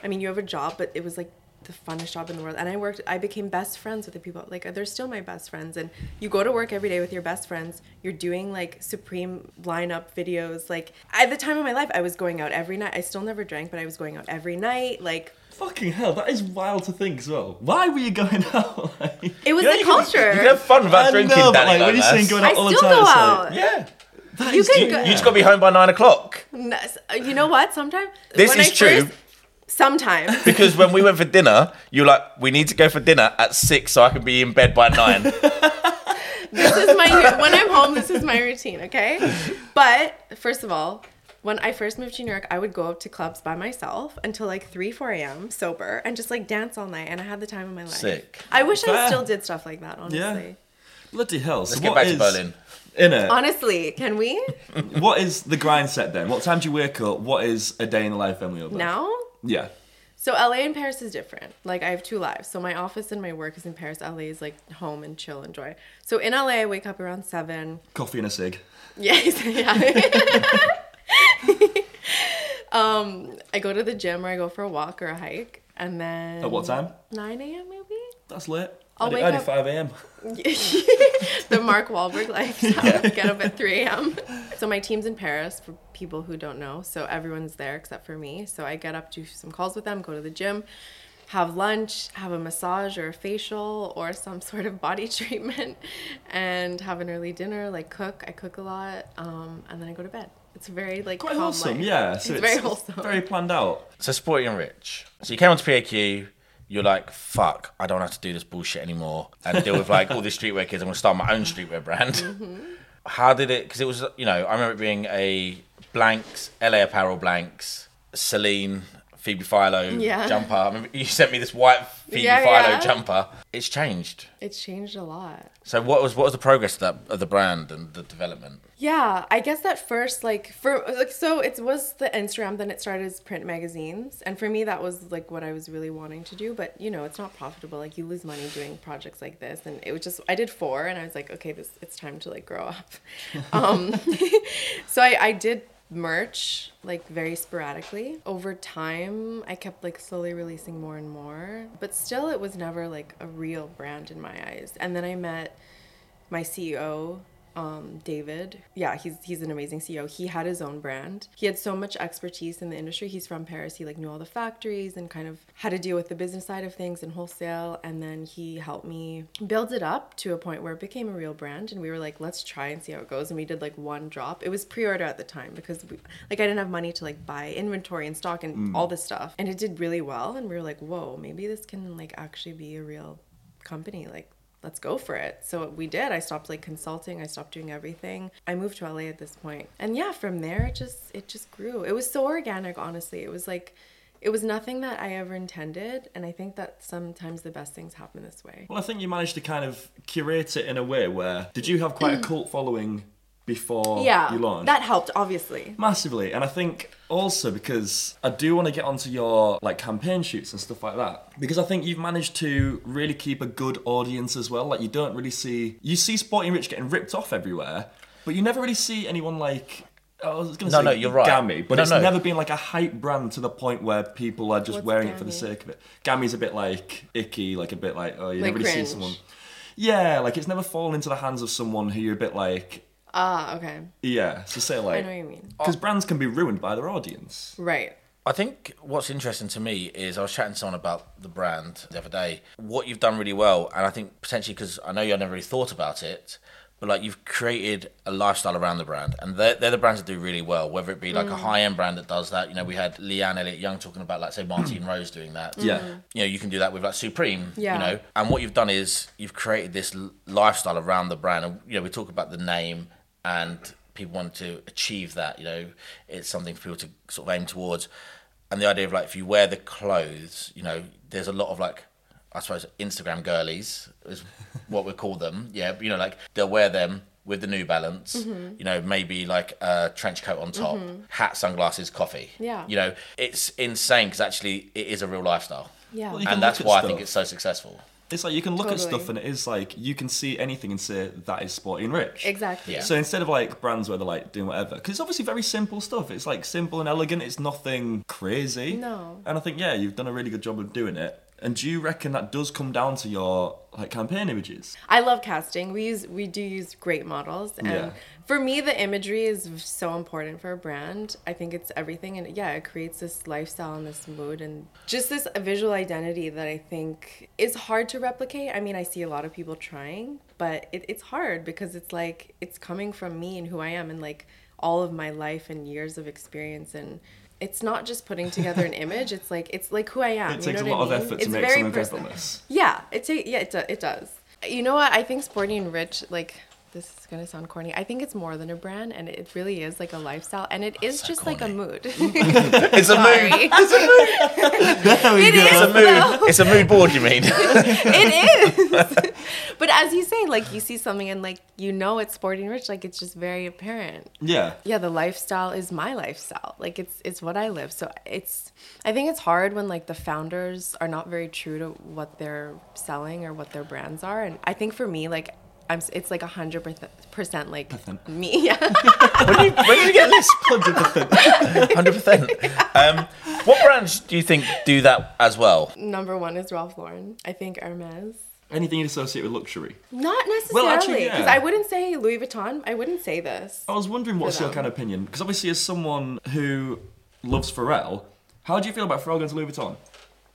Speaker 4: I mean, you have a job, but it was like the funnest job in the world. And I worked, I became best friends with the people. Like they're still my best friends. And you go to work every day with your best friends. You're doing like supreme lineup videos. Like at the time of my life, I was going out every night. I still never drank, but I was going out every night. Like
Speaker 3: Fucking hell, that is wild to think as well. Why were you going [LAUGHS] out? Like,
Speaker 4: it was
Speaker 2: you know,
Speaker 4: the
Speaker 2: you can-
Speaker 4: culture.
Speaker 2: You can have fun without
Speaker 3: I
Speaker 2: drinking,
Speaker 3: know, but,
Speaker 2: Danny.
Speaker 3: like, when you're
Speaker 2: Lomas.
Speaker 3: saying going
Speaker 4: I
Speaker 3: out all the
Speaker 4: still
Speaker 3: time,
Speaker 4: go
Speaker 3: it's like-
Speaker 4: out.
Speaker 2: yeah.
Speaker 3: That
Speaker 4: You
Speaker 3: is
Speaker 4: can
Speaker 3: [LAUGHS] deep.
Speaker 4: go-
Speaker 2: You just got to be home by nine o'clock.
Speaker 4: N- s- uh, You know what? Sometimes
Speaker 2: This is true.
Speaker 4: sometimes
Speaker 2: [LAUGHS] Because when we went for dinner, you were like, we need to go for dinner at six so I can be in bed by
Speaker 4: [LAUGHS]
Speaker 2: nine.
Speaker 4: this is my when I'm home. This is my routine. Okay, but first of all, when I first moved to New York, I would go out to clubs by myself until like three, four a.m. sober, and just like dance all night. And I had the time of my life.
Speaker 2: Sick.
Speaker 4: I wish I
Speaker 3: Fair.
Speaker 4: still did stuff like that. Honestly.
Speaker 3: Bloody hell. So
Speaker 2: Let's get
Speaker 3: what
Speaker 2: back to
Speaker 3: is-
Speaker 2: Berlin.
Speaker 3: Innit?
Speaker 4: Honestly, can we
Speaker 3: What is the grind set then? What time do you wake up? What is a day in the life then we all
Speaker 4: now?
Speaker 3: Yeah.
Speaker 4: So LA and Paris is different. Like I have two lives. So my office and my work is in Paris. LA is like home and chill and joy. So in LA, I wake up around seven.
Speaker 3: Coffee and a cig.
Speaker 4: Yes, [LAUGHS] yeah. um, I go to the gym or I go for a walk or a hike, and then
Speaker 3: At what time?
Speaker 4: 9 a.m. maybe.
Speaker 3: That's late.
Speaker 4: I'll
Speaker 3: I do-
Speaker 4: wake
Speaker 3: I do
Speaker 4: up-
Speaker 3: 5 a.m.
Speaker 4: the Mark Wahlberg lifestyle. Get up at 3 a.m. So my team's in Paris for people who don't know. So everyone's there except for me. So I get up, do some calls with them, go to the gym, have lunch, have a massage or a facial or some sort of body [LAUGHS] treatment, and have an early dinner. Like cook, I cook a lot, um, and then I go to bed. It's very like
Speaker 3: Quite
Speaker 4: calm
Speaker 3: wholesome,
Speaker 4: life.
Speaker 3: yeah. So
Speaker 4: it's, very wholesome.
Speaker 3: Very planned out.
Speaker 2: So sporty and rich. So you came onto PAQ. You're like, fuck, I don't have to do this bullshit anymore and deal with like all these streetwear kids. I'm gonna start my own streetwear brand.
Speaker 4: Mm-hmm.
Speaker 2: [LAUGHS] How did it? Because it was, you know, I remember it being a blanks, LA apparel blanks, Celine, Phoebe Philo
Speaker 4: Yeah.
Speaker 2: jumper. I remember you sent me this white Phoebe
Speaker 4: Yeah,
Speaker 2: Philo
Speaker 4: yeah.
Speaker 2: jumper. It's changed.
Speaker 4: It's changed a lot.
Speaker 2: So what was what was the progress of, that, of the brand and the development?
Speaker 4: Yeah, I guess that first, like, for like, so it was the Instagram. Then it started as print magazines, and for me, that was like what I was really wanting to do. But you know, it's not profitable. Like, you lose money doing projects like this, and it was just I did four, and I was like, okay, this it's time to like grow up. Um, [LAUGHS] so I, I did merch like very sporadically over time i kept like slowly releasing more and more but still it was never like a real brand in my eyes and then i met my E CEO, um, David. Yeah, he's he's an amazing CEO. He had his own brand. He had so much expertise in the industry. He's from Paris. He like knew all the factories and kind of how to deal with the business side of things and wholesale. And then he helped me build it up to a point where it became a real brand. And we were like, let's try and see how it goes. And we did like one drop. It was pre-order at the time because we, like I didn't have money to like buy inventory and stock and all this stuff. And it did really well. And we were like, whoa, maybe this can like actually be a real company like let's go for it so we did i stopped like consulting i stopped doing everything i moved to la at this point and yeah from there it just it just grew it was so organic honestly it was like it was nothing that i ever intended and i think that sometimes the best things happen this way
Speaker 3: Well, I think you managed to kind of curate it in a way where. Did you have
Speaker 4: [CLEARS THROAT]
Speaker 3: quite a cult following before
Speaker 4: yeah
Speaker 3: you launched?
Speaker 4: that helped obviously
Speaker 3: Massively, and I think also because I do want to get onto your like campaign shoots and stuff like that because I think you've managed to really keep a good audience as well. Like you don't really see you see Sporting Rich getting ripped off everywhere, but you never really see anyone like. I was gonna
Speaker 2: No,
Speaker 3: say
Speaker 2: no, you're right.
Speaker 3: Gammy, but
Speaker 2: No,
Speaker 3: it's
Speaker 2: no.
Speaker 3: never been like a hype brand to the point where people are just
Speaker 4: What's
Speaker 3: wearing it for the
Speaker 4: Gammy?
Speaker 3: sake of it. Gammy's a bit like icky, like a bit like oh, you
Speaker 4: Like
Speaker 3: never really
Speaker 4: cringe.
Speaker 3: see someone. Yeah, like it's never fallen into the hands of someone who you're a bit like
Speaker 4: ah okay
Speaker 3: yeah. So say
Speaker 4: i
Speaker 3: like
Speaker 4: know what you mean
Speaker 3: because brands can be ruined by their audience.
Speaker 4: right
Speaker 2: I think what's interesting to me is I was chatting to someone about the brand the other day. What you've done really well, and I think potentially because I know you never really thought about it, but like you've created a lifestyle around the brand, and they're, they're the brands that do really well. Whether it be like a high end brand that does that, you know, we had Leanne Elliott Young talking about like say Martin Rose doing that.
Speaker 3: Yeah. Mhm.
Speaker 2: you know, you can do that with like Supreme.
Speaker 4: Yeah.
Speaker 2: you know, and what you've done is you've created this l- lifestyle around the brand, and you know, we talk about the name and people want to achieve that. You know, it's something for people to sort of aim towards. And the idea of like if you wear the clothes, you know, there's a lot of like,
Speaker 4: [LAUGHS]
Speaker 2: I suppose Instagram girlies is what we call them. Yeah, you know, like they'll wear them. with the New Balance,
Speaker 4: Mm-hmm.
Speaker 2: you know, maybe like a trench coat on top, hat, sunglasses, coffee.
Speaker 4: Yeah.
Speaker 2: You know, it's insane because actually it is a real lifestyle.
Speaker 4: Yeah.
Speaker 3: Well, you can
Speaker 2: And that's
Speaker 3: look at
Speaker 2: why I
Speaker 3: stuff.
Speaker 2: think it's so successful.
Speaker 3: It's like you can look at
Speaker 4: Totally.
Speaker 3: stuff and it is like you can see anything and say that is sporty and rich.
Speaker 4: Exactly.
Speaker 2: Yeah.
Speaker 3: So instead of like brands where they're like doing whatever, because it's obviously very simple stuff. It's like simple and elegant. It's nothing crazy.
Speaker 4: No.
Speaker 3: And I think yeah, you've done a really good job of doing it. And do you reckon that does come down to your like campaign images?
Speaker 4: I love casting. We use we do use great models, and
Speaker 3: Yeah.
Speaker 4: for me, the imagery is so important for a brand. I think it's everything, and yeah, it creates this lifestyle and this mood and just this visual identity that I think is hard to replicate. I mean, I see a lot of people trying, but it, it's hard because it's like it's coming from me and who I am, and like all of my life and years of experience and. It's not just putting together
Speaker 3: [LAUGHS]
Speaker 4: an image. It's like it's like who I am.
Speaker 3: It takes
Speaker 4: you
Speaker 3: a
Speaker 4: know
Speaker 3: lot
Speaker 4: what I
Speaker 3: of
Speaker 4: mean?
Speaker 3: effort
Speaker 4: it's
Speaker 3: to make
Speaker 4: very
Speaker 3: something
Speaker 4: personal. [LAUGHS]
Speaker 3: effortless.
Speaker 4: Yeah, it ta- yeah it, do- it does. You know what? I think sporty and rich like this is gonna sound corny. I think it's more than a brand, and it really is like a lifestyle, and it is just like a
Speaker 2: Oh, corny.
Speaker 4: mood.
Speaker 2: [LAUGHS] It's a mood.
Speaker 4: Sorry. it's
Speaker 3: There we go.
Speaker 2: It's a
Speaker 4: [LAUGHS]
Speaker 2: mood. [LAUGHS] It's a mood board, you
Speaker 3: [LAUGHS]
Speaker 2: mean?
Speaker 4: it is. [LAUGHS] but as you say, like you see something and like you know it's sporty and rich, like it's just very apparent.
Speaker 3: Yeah.
Speaker 4: yeah the lifestyle is my lifestyle like it's it's what i live so it's i think it's hard when like the founders are not very true to what they're selling or what their brands are and i think for me like i'm s- it's like 100% like me [LAUGHS] yeah
Speaker 2: when, did you, when did you get
Speaker 3: [LAUGHS]
Speaker 2: this? 100%. 100%. Um, what brands do you think do that as well?
Speaker 4: number one is ralph lauren i think hermes
Speaker 3: Anything you associate with luxury.
Speaker 4: not
Speaker 3: Well,
Speaker 4: necessarily
Speaker 3: actually,
Speaker 4: because
Speaker 3: yeah. Oh.
Speaker 4: i wouldn't say louis vuitton i wouldn't say this
Speaker 3: I was wondering what's your
Speaker 4: them.
Speaker 3: kind of opinion because obviously as someone who loves Pharrell, how do you feel about Pharrell going to Louis Vuitton?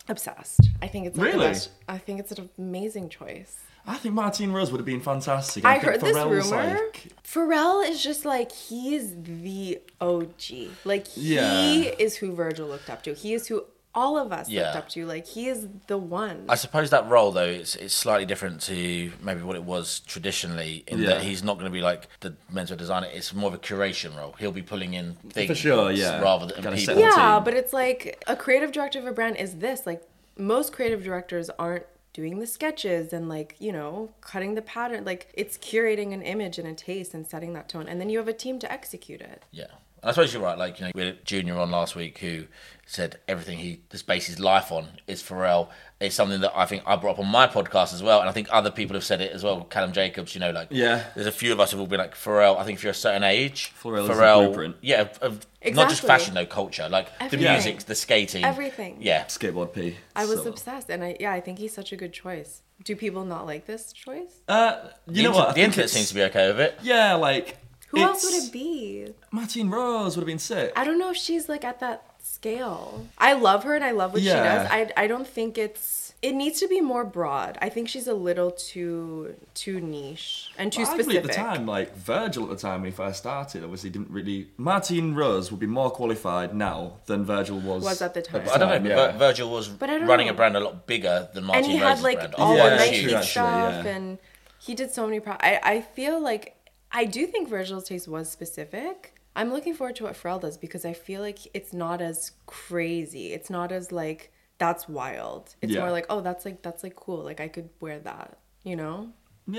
Speaker 4: obsessed i think it's like, the
Speaker 3: Really?
Speaker 4: best- i think it's an amazing choice
Speaker 3: I think Martine Rose would have been fantastic.
Speaker 4: I
Speaker 3: think
Speaker 4: heard this
Speaker 3: Pharrell's,
Speaker 4: rumor.
Speaker 3: like-
Speaker 4: Pharrell is just like he is the OG. Like he
Speaker 3: Yeah.
Speaker 4: is who Virgil looked up to. He is who all of us
Speaker 2: Yeah.
Speaker 4: looked up to. Like he is the one.
Speaker 2: I suppose that role though it's it's slightly different to maybe what it was traditionally in
Speaker 3: Yeah.
Speaker 2: that he's not going to be like the menswear designer. It's more of a curation role. He'll be pulling in things
Speaker 3: sure, yeah.
Speaker 2: rather than
Speaker 3: Gotta
Speaker 2: people.
Speaker 3: set the
Speaker 4: yeah,
Speaker 3: team.
Speaker 4: but it's like a creative director of a brand is this. Like most creative directors aren't doing the sketches and like, you know, cutting the pattern. Like it's curating an image and a taste and setting that tone. And then you have a team to execute it.
Speaker 2: Yeah. And I suppose you're right. Like, you know, we had Junior on last week who said everything he has based his life on is Pharrell. It's something that I think I brought up on my podcast as well. And I think other people have said it as well. Callum Jacobs, you know, like,
Speaker 3: Yeah.
Speaker 2: there's a few of us who've all been like, Pharrell, I think if you're a certain age,
Speaker 3: Pharrell is the blueprint.
Speaker 2: yeah, of, of not just
Speaker 4: Exactly.
Speaker 2: fashion, though, culture, like
Speaker 4: Everything.
Speaker 2: the music, the skating,
Speaker 4: Everything.
Speaker 2: Yeah.
Speaker 3: skateboard P.
Speaker 4: I was
Speaker 3: so-
Speaker 4: obsessed and I yeah, I think he's such a good choice. Do people not like this choice?
Speaker 3: Uh, you know
Speaker 2: the,
Speaker 3: what? I
Speaker 2: the
Speaker 3: think
Speaker 2: internet
Speaker 3: it's-
Speaker 2: seems to be okay with it.
Speaker 3: Yeah, like.
Speaker 4: Who else would
Speaker 3: it's-
Speaker 4: it be?
Speaker 3: Martine Rose would have been sick.
Speaker 4: I don't know if she's like at that scale. I love her and I love what
Speaker 3: Yeah.
Speaker 4: she does. I I don't think it's it needs to be more broad. I think she's a little too too niche and too
Speaker 3: I believe
Speaker 4: specific.
Speaker 3: at the time, like Virgil at the time when he first started, obviously didn't really. Martine Rose would be more qualified now than Virgil was.
Speaker 4: Was at the time.
Speaker 2: I don't know.
Speaker 3: yeah.
Speaker 2: Vir- Virgil was
Speaker 4: But I don't
Speaker 2: running
Speaker 4: know.
Speaker 2: a brand a lot bigger than Martin
Speaker 4: and he
Speaker 2: Rose's
Speaker 4: had like
Speaker 2: brand.
Speaker 4: all
Speaker 2: Yeah,
Speaker 4: the
Speaker 2: that's
Speaker 4: Nike
Speaker 2: huge.
Speaker 3: actually,
Speaker 4: stuff
Speaker 3: yeah.
Speaker 4: and he did so many pro I, I feel like I do think Virgil's taste was specific. I'm looking forward to what Pharrell does because I feel like it's not as crazy. It's not as like that's wild. It's
Speaker 3: Yeah.
Speaker 4: more like, oh that's like that's like cool. Like I could wear that, you know?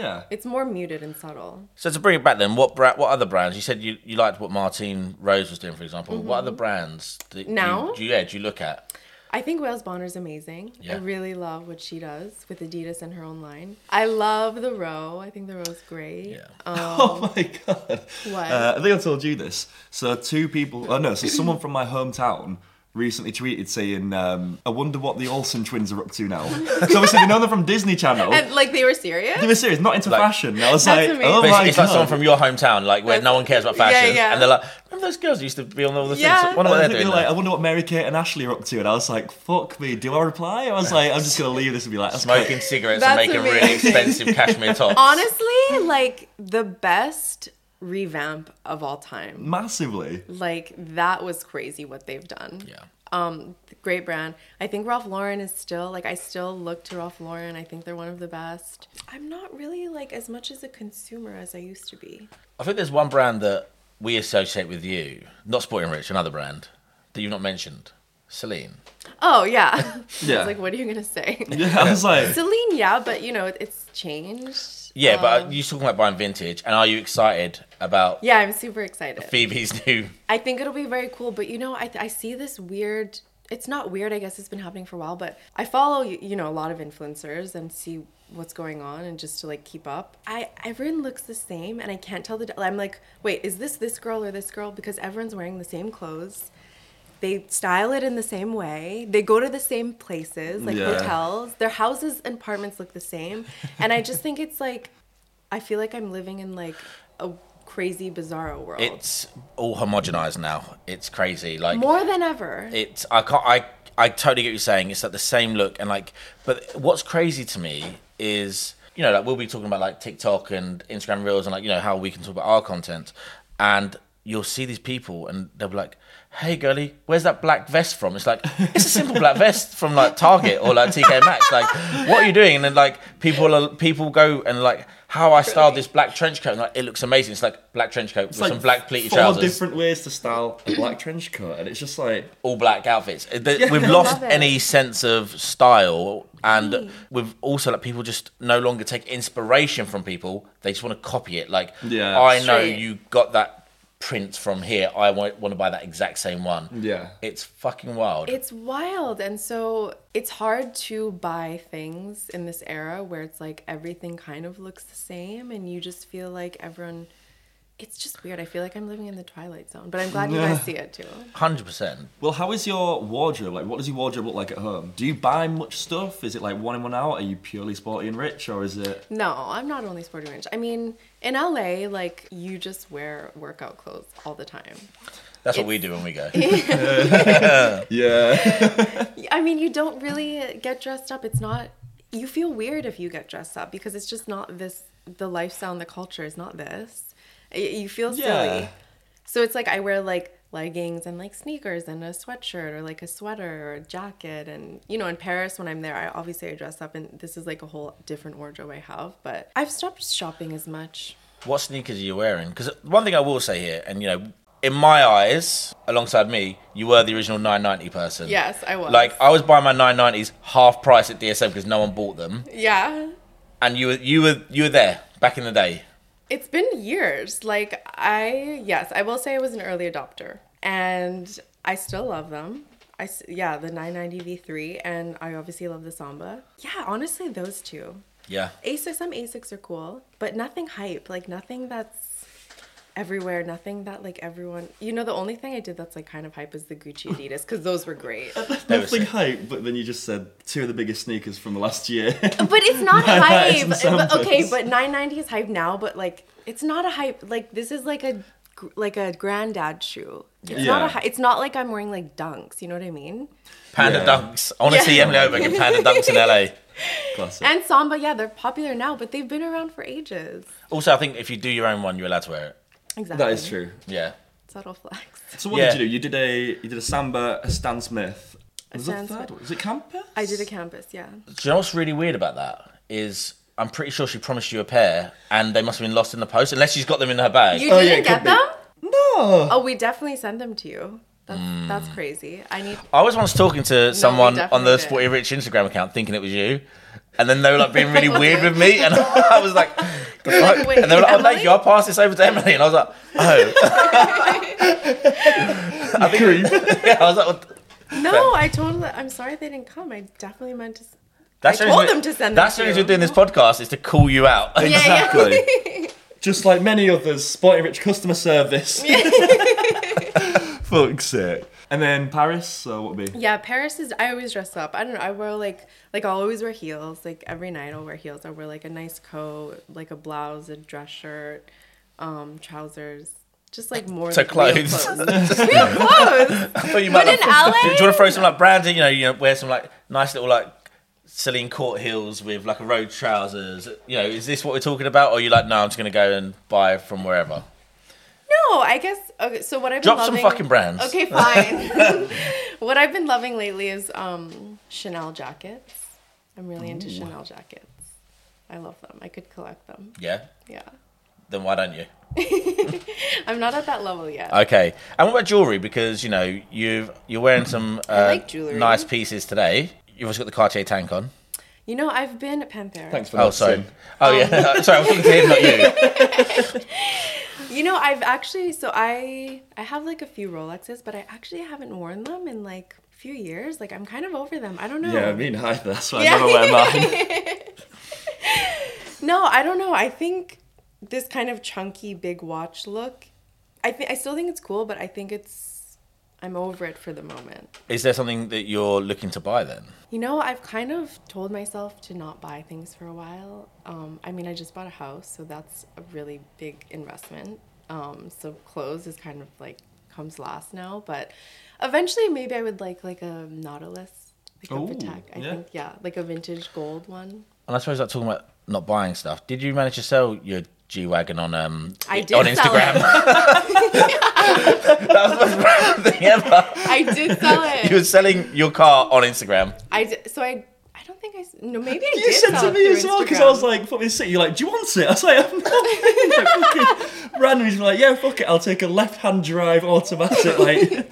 Speaker 3: yeah.
Speaker 4: It's more muted and subtle.
Speaker 2: So to bring it back then, what brand, what other brands? You said you, you liked what Martine Rose was doing, for example. What other brands do, do you-
Speaker 4: Mm-hmm. Now?
Speaker 2: do you, yeah, do you look at?
Speaker 4: I think Wales Bonner's amazing. I
Speaker 2: Yeah.
Speaker 4: really love what she does with Adidas and her own line. I love the row. I think the row's great. Um,
Speaker 2: Yeah.
Speaker 3: Oh my [LAUGHS] god.
Speaker 4: What?
Speaker 3: Uh, I think I told you this. So two people. Oh no. So someone from my hometown recently tweeted saying, um, "I wonder what the Olsen twins are up to
Speaker 4: [LAUGHS]
Speaker 3: now." so obviously we know they're from Disney Channel.
Speaker 4: And like they were serious?
Speaker 3: they were serious, not into
Speaker 2: Like-
Speaker 3: fashion. And I was
Speaker 4: That's
Speaker 3: like,
Speaker 4: amazing.
Speaker 3: "Oh
Speaker 2: But it's,
Speaker 3: my
Speaker 2: it's like
Speaker 3: god."
Speaker 2: someone from your hometown, like where no one cares about
Speaker 4: Yeah,
Speaker 2: fashion,
Speaker 4: yeah.
Speaker 2: and they're like, "Remember those girls who used to be on all the
Speaker 4: Yeah.
Speaker 2: things? I wonder what
Speaker 3: I
Speaker 2: they're
Speaker 3: think they
Speaker 2: doing."
Speaker 3: were like,
Speaker 2: now."
Speaker 3: I wonder what Mary Kate and Ashley are up to, and I was like, "Fuck me, do I reply?" I was like, "I'm just gonna leave this and be like, that's
Speaker 2: Smoking cigarettes
Speaker 4: That's
Speaker 2: and making really
Speaker 4: amazing.
Speaker 2: expensive
Speaker 4: [LAUGHS]
Speaker 2: cashmere tops.
Speaker 4: Honestly, like the best revamp of all time.
Speaker 3: massively."
Speaker 4: Like that was crazy what they've done.
Speaker 2: yeah,
Speaker 4: Um, great brand. I think Ralph Lauren is still like I still look to Ralph Lauren. I think they're one of the best. I'm not really like as much as a consumer as I used to be.
Speaker 2: I think there's one brand that we associate with you, not Sporting Rich, another brand that you've not mentioned. Celine.
Speaker 4: Oh yeah. [LAUGHS] I
Speaker 3: Yeah.
Speaker 4: was like, what are you gonna say? [LAUGHS]
Speaker 3: yeah, I was like,
Speaker 4: Celine, yeah, but you know, it, it's changed.
Speaker 2: Yeah, but
Speaker 4: Um,
Speaker 2: but you talking about buying vintage, and are you excited about
Speaker 4: yeah, I'm super excited.
Speaker 2: Phoebe's new?
Speaker 4: I think it'll be very cool. But you know, I, I see this weird. It's not weird. I guess it's been happening for a while. But I follow y- you know a lot of influencers and see what's going on and just to like keep up. I everyone looks the same and I can't tell the. di- I'm like, wait, is this this girl or this girl? Because everyone's wearing the same clothes. They style it in the same way. They go to the same places, like
Speaker 3: Yeah.
Speaker 4: hotels. Their houses and apartments look the same. And I just think it's like, I feel like I'm living in like a crazy, bizarro world.
Speaker 2: It's all homogenized now. It's crazy. Like
Speaker 4: More than ever.
Speaker 2: it's I can't I I totally get what you're saying. It's like the same look and like but what's crazy to me is you know like we'll be talking about like TikTok and Instagram Reels and like you know how we can talk about our content and you'll see these people and they'll be like hey girly where's that black vest from it's like it's a simple black vest from like Target or like TK Maxx like what are you doing and then like people are, people go and like how I styled this black trench coat and like it looks amazing it's like black trench coat with
Speaker 3: like
Speaker 2: some black pleated
Speaker 3: four
Speaker 2: trousers
Speaker 3: different ways to style a black trench coat, and it's just like
Speaker 2: all black outfits. Uh, th-
Speaker 4: [LAUGHS]
Speaker 2: We've lost
Speaker 4: Love it.
Speaker 2: any sense of style, and we've also like people just no longer take inspiration from people. They just want to copy it. Like,
Speaker 3: Yeah.
Speaker 2: I know
Speaker 4: Straight.
Speaker 2: you got that print from here. I want, want to buy that exact same one.
Speaker 3: Yeah.
Speaker 2: it's fucking wild.
Speaker 4: It's wild. And so it's hard to buy things in this era where it's like everything kind of looks the same and you just feel like everyone. It's just weird. I feel like I'm living in the twilight zone, but I'm glad you guys see it too.
Speaker 2: Hundred percent.
Speaker 3: Well, how is your wardrobe? Like, what does your wardrobe look like at home? Do you buy much stuff? Is it like one in, one out? Are you purely sporty and rich, or is it?
Speaker 4: No, I'm not only sporty rich. I mean, in LA, like you just wear workout clothes all the time.
Speaker 2: That's what we do when we
Speaker 4: [LAUGHS]
Speaker 2: go.
Speaker 3: [LAUGHS] Yeah.
Speaker 4: I mean, you don't really get dressed up. It's not. You feel weird if you get dressed up because it's just not this. The lifestyle and the culture is not this. Y- You feel
Speaker 3: Yeah.
Speaker 4: silly. So it's like I wear like leggings and like sneakers and a sweatshirt or like a sweater or a jacket and you know in Paris when I'm there I obviously I dress up and this is like a whole different wardrobe I have but I've stopped shopping as much.
Speaker 2: what sneakers are you wearing? Because one thing I will say here, and you know, in my eyes, alongside me, you were the original 990 person.
Speaker 4: Yes, I was.
Speaker 2: Like I was buying my 990s half price at DSM because no one bought them,
Speaker 4: Yeah.
Speaker 2: and you were you were you were there back in the day.
Speaker 4: It's been years. Like I, yes, I will say I was an early adopter, and I still love them. I s- yeah, the 990 V3, and I obviously love the Samba. Yeah, honestly, those two.
Speaker 2: Yeah.
Speaker 4: A6, some A6 are cool, but nothing hype. Like nothing that's everywhere. Nothing that like everyone. You know, the only thing I did that's like kind of hype is the Gucci Adidas because those were great. but
Speaker 3: Nothing hype, but then you just said two of the biggest sneakers from the last
Speaker 4: [LAUGHS]
Speaker 3: year.
Speaker 4: it's
Speaker 3: [LAUGHS]
Speaker 4: not hype.
Speaker 3: Nice and
Speaker 4: But, okay,
Speaker 3: Sambas.
Speaker 4: but 990 is hype now, but like it's not a hype. Like this is like a gr- like a granddad shoe. It's not
Speaker 3: Yeah.
Speaker 4: a. hy- It's not like I'm wearing like dunks. You know what I mean?
Speaker 2: Panda
Speaker 3: Yeah.
Speaker 2: Dunks. I want to
Speaker 4: Yeah.
Speaker 2: see Emily Oberg
Speaker 4: [LAUGHS]
Speaker 2: in Panda Dunks in LA.
Speaker 3: Classic.
Speaker 4: And samba, yeah, they're popular now, but they've been around for ages.
Speaker 2: Also, I think if you do your own one, you're allowed to wear it.
Speaker 4: Exactly.
Speaker 3: that is true.
Speaker 2: Yeah.
Speaker 4: Subtle flex.
Speaker 3: So what
Speaker 2: Yeah.
Speaker 3: did you do? You did a you did a samba, a Stan Smith. Was there a
Speaker 4: Stan
Speaker 3: third
Speaker 4: Smith.
Speaker 3: one? Was it Campus?
Speaker 4: I did a campus,
Speaker 3: [LAUGHS]
Speaker 4: yeah.
Speaker 2: Do you know what's really weird about that is I'm pretty sure she promised you a pair, and they must have been lost in the post, unless she's got them in her bag.
Speaker 4: You
Speaker 3: Oh, yeah,
Speaker 4: didn't
Speaker 3: it
Speaker 4: get
Speaker 3: could be.
Speaker 4: them?
Speaker 3: No.
Speaker 4: Oh, we definitely sent them to you. That's
Speaker 3: Mm.
Speaker 4: that's crazy. I
Speaker 3: [LAUGHS]
Speaker 4: need.
Speaker 2: I was once talking to someone on
Speaker 4: definitely
Speaker 2: the
Speaker 4: did.
Speaker 2: Sporty Rich Instagram account thinking it was you. And then they were like being
Speaker 4: [LAUGHS]
Speaker 2: really weird with me, and [LAUGHS] I was like, the fuck?
Speaker 4: like, [LAUGHS] "Wait,
Speaker 2: and they were like, "Oh, thank
Speaker 4: Emily?"
Speaker 2: you. I'll pass this over to Emily." And I was like, "Oh, [LAUGHS] yeah." I was like, "What the-"
Speaker 4: No, I totally. I'm sorry they didn't come. I definitely meant to. s-
Speaker 2: "That's the
Speaker 4: told
Speaker 2: reason-
Speaker 4: them to send them
Speaker 2: That's the
Speaker 4: to
Speaker 2: reason
Speaker 4: you.
Speaker 2: we're doing this podcast is to call you out."
Speaker 4: Yeah, yeah. [LAUGHS]
Speaker 3: Exactly. Just like many others, sporting rich customer service. [LAUGHS] Fuck's sake. And then Paris, so what would be?
Speaker 4: Yeah, Paris is. I always dress up. I don't know. I wear like like I always wear heels. Like every night I'll wear heels. I wear like a nice coat, like a blouse, a dress shirt, um, trousers. Just like more
Speaker 2: So
Speaker 4: like, real
Speaker 2: clothes. [LAUGHS]
Speaker 4: clothes. Real clothes.
Speaker 2: But you might
Speaker 4: But in LA?
Speaker 2: do you want to throw some like brands in? You know, you know, wear some like nice little like Celine Court heels with like a road trousers. You know, is this what we're talking about, or are you like, no, I'm just gonna go and buy from wherever?
Speaker 4: No, I guess. Okay, so what I've been
Speaker 2: Drop some
Speaker 4: loving-
Speaker 2: fucking brands.
Speaker 4: Okay, fine. [LAUGHS] what I've been loving lately is um, Chanel jackets. I'm really into Chanel jackets. I love them. I could collect them.
Speaker 2: Yeah.
Speaker 4: Yeah.
Speaker 2: then why don't you?
Speaker 4: I'm not at that level yet.
Speaker 2: Okay. And what about jewelry? Because you know you've you're wearing some uh,
Speaker 4: like jewelry.
Speaker 2: nice pieces today. You've also got the Cartier tank on.
Speaker 4: you know, I've been at Panthera.
Speaker 3: Thanks for that.
Speaker 2: Oh, sorry.
Speaker 3: Sim.
Speaker 2: Oh,
Speaker 4: Um.
Speaker 2: yeah. [LAUGHS] sorry, I was talking to him, not you.
Speaker 4: You know, I've actually so I I have like a few Rolexes, but I actually haven't worn them in like a few years. Like I'm kind of over them. I don't know.
Speaker 3: Yeah, I mean, hi. That's why
Speaker 4: Yeah.
Speaker 3: I never wear [LAUGHS] mine.
Speaker 4: No, I don't know. I think this kind of chunky big watch look. I think I still think it's cool, but I think it's I'm over it for the moment.
Speaker 2: Is there something that you're looking to buy then?
Speaker 4: You know, I've kind of told myself to not buy things for a while. Um, I mean, I just bought a house, so that's a really big investment. Um, so clothes is kind of like comes last now, but eventually maybe I would like like a Nautilus, like
Speaker 3: Ooh,
Speaker 4: a Patek. I
Speaker 3: yeah.
Speaker 4: think yeah, like a vintage gold one.
Speaker 2: And I suppose like talking about not buying stuff. Did you manage to sell your G wagon on um
Speaker 4: I did
Speaker 2: on
Speaker 4: sell
Speaker 2: Instagram? that was the most random thing [LAUGHS] ever.
Speaker 4: [LAUGHS] I
Speaker 3: [LAUGHS]
Speaker 4: did sell it.
Speaker 2: You were selling your car on Instagram.
Speaker 4: I d- so I I don't think I s- no maybe I
Speaker 3: You
Speaker 4: did
Speaker 3: said
Speaker 4: sell
Speaker 3: to
Speaker 4: it
Speaker 3: me
Speaker 4: through
Speaker 3: as well because I
Speaker 4: Instagram.
Speaker 3: was like, "Fuck this city." You're like, "Do you want it?" [LAUGHS] I was like, "I'm not." fucking randomly, he's like, "Yeah, fuck it. I'll take a left-hand drive [LAUGHS] automatic." Like,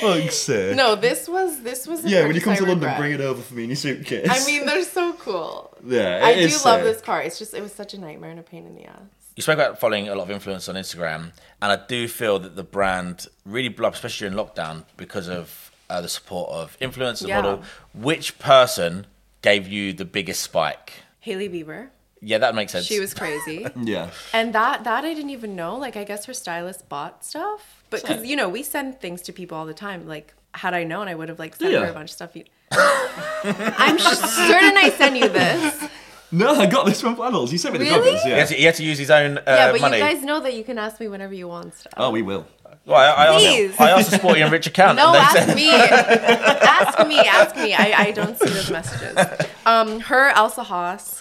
Speaker 3: fuck's sake.
Speaker 4: no this was this was a
Speaker 3: Yeah, when you come
Speaker 4: purchase
Speaker 3: to
Speaker 4: I
Speaker 3: London,
Speaker 4: regret.
Speaker 3: bring it over for me in your suitcase. [LAUGHS]
Speaker 4: I mean they're so cool
Speaker 3: yeah,
Speaker 4: I
Speaker 3: it
Speaker 4: do
Speaker 3: is
Speaker 4: love
Speaker 3: sick.
Speaker 4: this car it's just it was such a nightmare and a pain in the ass
Speaker 2: You spoke about following a lot of influence on Instagram, and I do feel that the brand really blew up, especially during lockdown, because of uh, the support of influencers
Speaker 4: Yeah.
Speaker 2: and model. Which person gave you the biggest spike?
Speaker 4: Haley Bieber
Speaker 2: Yeah, that makes sense.
Speaker 4: she was
Speaker 3: [LAUGHS]
Speaker 4: crazy
Speaker 3: Yeah.
Speaker 4: and that that I didn't even know like I guess her stylist bought stuff but because you know we send things to people all the time like had I known I would have like sent
Speaker 3: Yeah.
Speaker 4: her a bunch of stuff you [LAUGHS] I'm sh- certain I sent you this
Speaker 3: [LAUGHS] No, I got this from Flannels. You sent me the
Speaker 4: Really?
Speaker 3: covers. Yeah.
Speaker 2: He had to, he had to use his own uh,
Speaker 4: yeah but
Speaker 2: money.
Speaker 4: you guys know that you can ask me whenever you want stuff
Speaker 3: Oh, we will.
Speaker 2: Well, I, I,
Speaker 4: Please.
Speaker 2: asked, I asked the sporty and rich account.
Speaker 4: [LAUGHS] No,
Speaker 2: and they
Speaker 4: ask
Speaker 2: said-
Speaker 3: [LAUGHS]
Speaker 4: me. ask me. Ask me. I, I don't see those messages. Um, her, Elsa Haas,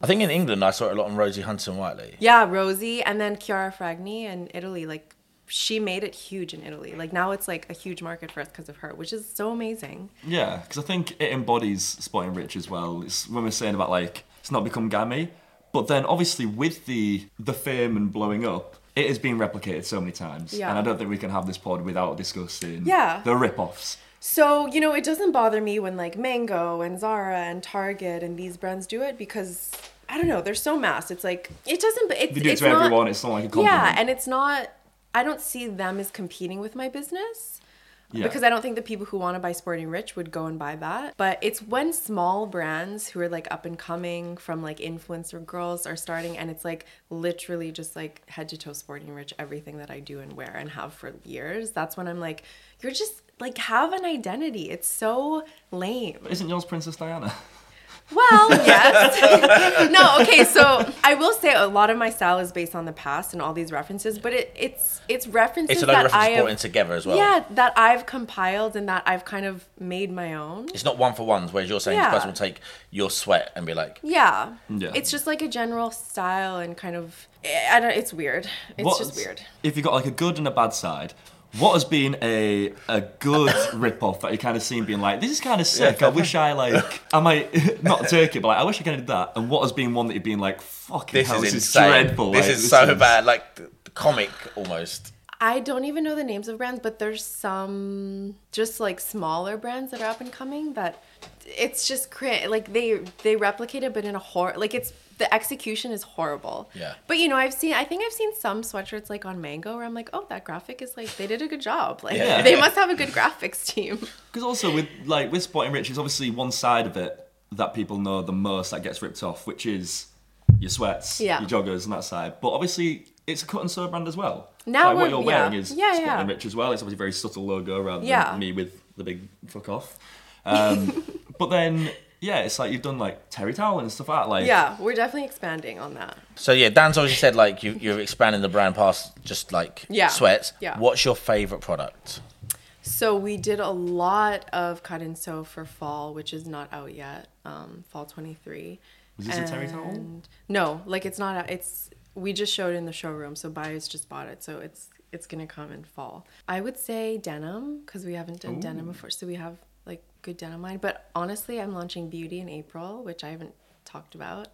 Speaker 2: I think in England I saw it a lot on Rosie Hunter and Whiteley.
Speaker 4: yeah, Rosie, and then Chiara Fragni in Italy. Like, she made it huge in Italy. Like now, it's like a huge market for us because of her, which is so amazing.
Speaker 3: Yeah, because I think it embodies Sporting Rich as well. It's when we're saying about like it's not become gammy, but then obviously with the the fame and blowing up, it has been replicated so many times.
Speaker 4: Yeah.
Speaker 3: And I don't think we can have this pod without discussing
Speaker 4: Yeah.
Speaker 3: the rip-offs.
Speaker 4: So, you know, it doesn't bother me when like Mango and Zara and Target and these brands do it because I don't know, they're so mass. It's like it doesn't it's
Speaker 3: They do it
Speaker 4: it's
Speaker 3: to
Speaker 4: not-
Speaker 3: everyone. It's not like a compliment.
Speaker 4: Yeah, and it's not I don't see them as competing with my business.
Speaker 3: Yeah.
Speaker 4: Because I don't think the people who want to buy Sporting Rich would go and buy that. But it's when small brands who are like up and coming from like influencer girls are starting, and it's like literally just like head to toe Sporting Rich, everything that I do and wear and have for years. That's when I'm like, you're just like, have an identity. It's so lame.
Speaker 3: Isn't yours Princess Diana? [LAUGHS]
Speaker 2: [LAUGHS]
Speaker 4: Well, yes. [LAUGHS] no, okay. So I will say a lot of my style is based on the past and all these references, but it, it's it's references
Speaker 2: It's a lot
Speaker 4: that
Speaker 2: of
Speaker 4: I
Speaker 2: references brought in
Speaker 4: have,
Speaker 2: together as well.
Speaker 4: yeah that I've compiled and that I've kind of made my own.
Speaker 2: It's not one for ones, whereas you're saying this
Speaker 4: Yeah.
Speaker 2: person will take your sweat and be like,
Speaker 4: Yeah.
Speaker 3: Yeah.
Speaker 4: It's just like a general style and kind of I don't. It's weird. It's just weird.
Speaker 3: If you got like a good and a bad side, what has been a a
Speaker 2: [LAUGHS]
Speaker 3: good rip-off that you kind of seen being like, this is kind of sick. I wish I like, I might [LAUGHS] not take it, but like, I wish I kind of did that. And what has been one that you've been like, fucking
Speaker 2: this
Speaker 3: hell,
Speaker 2: is
Speaker 3: this
Speaker 2: insane.
Speaker 3: is dreadful.
Speaker 2: This
Speaker 3: like,
Speaker 2: is so bad, like th- comic almost.
Speaker 4: I don't even know the names of brands, but there's some just like smaller brands that are up and coming that it's just cra- like they they replicate it, but in a horror like it's the execution is horrible.
Speaker 2: Yeah.
Speaker 4: But you know, I've seen I think I've seen some sweatshirts like on Mango where I'm like, oh, that graphic is like they did a good job. Like
Speaker 2: Yeah.
Speaker 4: they must have a good
Speaker 2: [LAUGHS]
Speaker 4: graphics team.
Speaker 3: Because also with like with Sporting Rich, it's obviously one side of it that people know the most that gets ripped off, which is your sweats,
Speaker 4: Yeah.
Speaker 3: your joggers, and that side. But obviously, it's a cut and sew brand as well.
Speaker 4: Now
Speaker 3: like, what
Speaker 4: we're-
Speaker 3: you're
Speaker 4: yeah.
Speaker 3: wearing is
Speaker 4: Yeah,
Speaker 3: Sporting
Speaker 4: yeah.
Speaker 3: Rich as well. It's obviously a very subtle logo rather than
Speaker 4: Yeah.
Speaker 3: me with the big fuck off.
Speaker 4: [LAUGHS]
Speaker 3: Um, but then yeah, it's like you've done like terry towel and stuff like that. Like
Speaker 4: Yeah, we're definitely expanding on that.
Speaker 2: So yeah, Dan's obviously said like you, you're expanding the brand past just like
Speaker 4: Yeah.
Speaker 2: sweats.
Speaker 4: Yeah.
Speaker 2: What's your favorite product?
Speaker 4: So we did a lot of cut and sew for fall, which is not out yet. Um, fall twenty three.
Speaker 3: Was this a terry towel?
Speaker 4: No, like it's not. out It's we just showed it in the showroom, so buyers just bought it. So it's it's gonna come in fall. I would say denim because we haven't done denim before, so we have like good denim line. But honestly, I'm launching beauty in April, which I haven't talked about.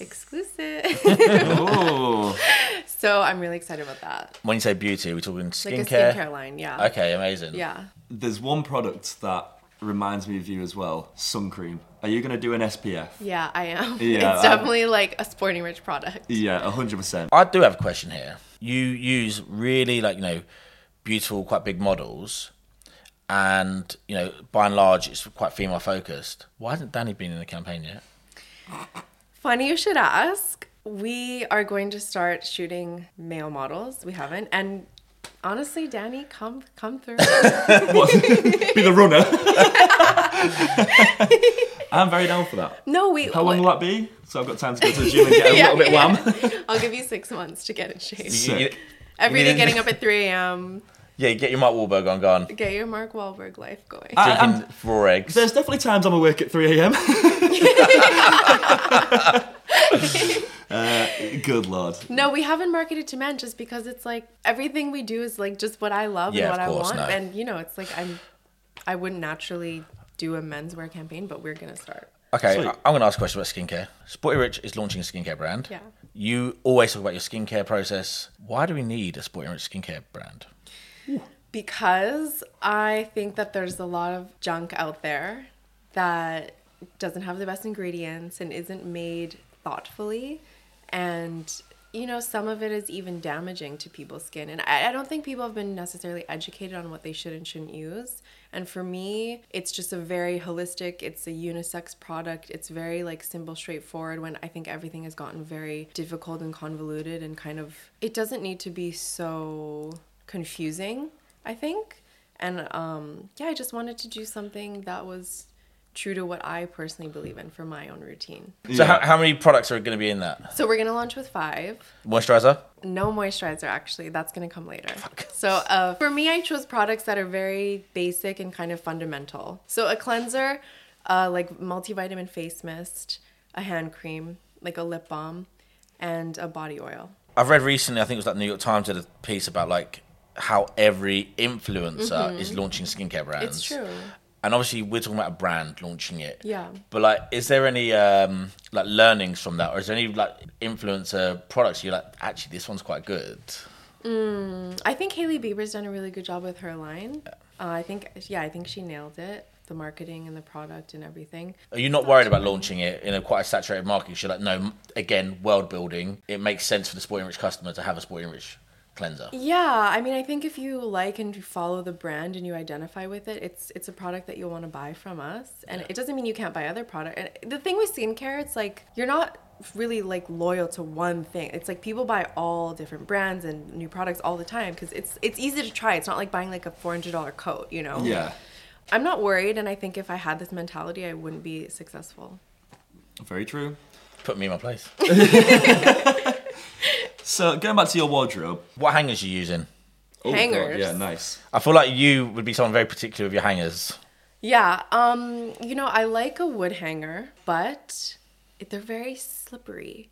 Speaker 4: Exclusive.
Speaker 3: Oh,
Speaker 4: [LAUGHS] so I'm really excited about that.
Speaker 2: When you say beauty, are we talking
Speaker 4: Like
Speaker 2: skincare?
Speaker 4: a skincare line, yeah.
Speaker 2: Okay, amazing.
Speaker 4: Yeah.
Speaker 3: there's one product that reminds me of you as well. Sun cream. Are you gonna do an SPF?
Speaker 4: Yeah, I am. [LAUGHS]
Speaker 3: Yeah,
Speaker 4: it's
Speaker 3: I-
Speaker 4: definitely like a sporting rich product.
Speaker 3: Yeah, hundred percent.
Speaker 2: I do have a question here. You use really like you know beautiful, quite big models, and you know by and large it's quite female focused. Why hasn't Danny been in the campaign yet?
Speaker 4: Funny you should ask. We are going to start shooting male models. We haven't. And honestly, Danny, come come
Speaker 3: [LAUGHS]
Speaker 4: through.
Speaker 3: What? Be the runner. [LAUGHS] I'm very down for that.
Speaker 4: no, we
Speaker 3: How long will that be? So I've got time to go to the gym and get a little bit wham.
Speaker 4: [LAUGHS] I'll give you six months to get in shape.
Speaker 2: You- you-
Speaker 3: Sick.
Speaker 4: Every day
Speaker 2: need-
Speaker 4: getting
Speaker 3: [LAUGHS]
Speaker 4: up at 3 a.m.
Speaker 2: Yeah, you get your Mark Wahlberg on gone.
Speaker 4: Get your Mark Wahlberg life going.
Speaker 3: I- I'm-
Speaker 2: Drinking raw eggs.
Speaker 3: Uh, um, There's definitely times I'm awake at
Speaker 4: [LAUGHS]
Speaker 3: 3 a.m. Uh, good lord.
Speaker 4: No, we haven't marketed to men just because it's like everything we do is like just what I love
Speaker 2: Yeah,
Speaker 4: and what
Speaker 2: of course,
Speaker 4: I want.
Speaker 2: no.
Speaker 4: And you know, it's like I'm I wouldn't naturally do a menswear campaign, but we're gonna start.
Speaker 2: Okay,
Speaker 3: Sweet.
Speaker 2: I- I'm going to ask a question about skincare. Sporty Rich is launching a skincare brand.
Speaker 4: Yeah.
Speaker 2: You always talk about your skincare process. Why do we need a Sporty Rich skincare brand?
Speaker 4: Because I think that there's a lot of junk out there that doesn't have the best ingredients and isn't made thoughtfully. And, you know, some of it is even damaging to people's skin. And I, I don't think people have been necessarily educated on what they should and shouldn't use. And for me, it's just a very holistic, it's a unisex product. It's very like simple, straightforward when I think everything has gotten very difficult and convoluted and kind of, it doesn't need to be so confusing, I think. And um, yeah, I just wanted to do something that was true to what I personally believe in for my own routine.
Speaker 2: So, how, how many products are going to be in that?
Speaker 4: So we're gonna launch with five.
Speaker 2: Moisturizer?
Speaker 4: No moisturizer, actually. That's gonna come later. So uh, for me, I chose products that are very basic and kind of fundamental. So a cleanser, uh, like multivitamin face mist, a hand cream, like a lip balm, and a body oil.
Speaker 2: I've read recently, I think it was like New York Times did a piece about like how every influencer is launching skincare brands.
Speaker 4: Mm-hmm. It's true.
Speaker 2: And obviously, we're talking about a brand launching it.
Speaker 4: Yeah.
Speaker 2: But like, is there any um like learnings from that, or is there any like influencer products you're like, actually, this one's quite good?
Speaker 4: I think Hailey Bieber's done a really good job with her line. Uh, I think, yeah, I think she nailed it. The marketing and the product and everything.
Speaker 2: Are you not worried about launching it in a quite a saturated market? You're like, no, m- again, world building. It makes sense for the sporting rich customer to have a sporting rich cleanser.
Speaker 4: Yeah, I mean, I think if you like and you follow the brand and you identify with it, it's it's a product that you'll want to buy from us. And it doesn't mean you can't buy other product. And the thing with skincare, it's like you're not really like loyal to one thing. It's like people buy all different brands and new products all the time because it's it's easy to try. It's not like buying like a four hundred dollar coat, you know.
Speaker 3: Yeah,
Speaker 4: I'm not worried, and I think if I had this mentality, I wouldn't be successful.
Speaker 3: very true.
Speaker 2: Put me in my place. [LAUGHS]
Speaker 3: So going back to your wardrobe.
Speaker 2: what hangers are you using?
Speaker 3: Oh, God,
Speaker 4: Hangers.
Speaker 3: Yeah, nice.
Speaker 2: I feel like you would be someone very particular with your hangers.
Speaker 4: Yeah, um, you know, I like a wood hanger, but they're very slippery.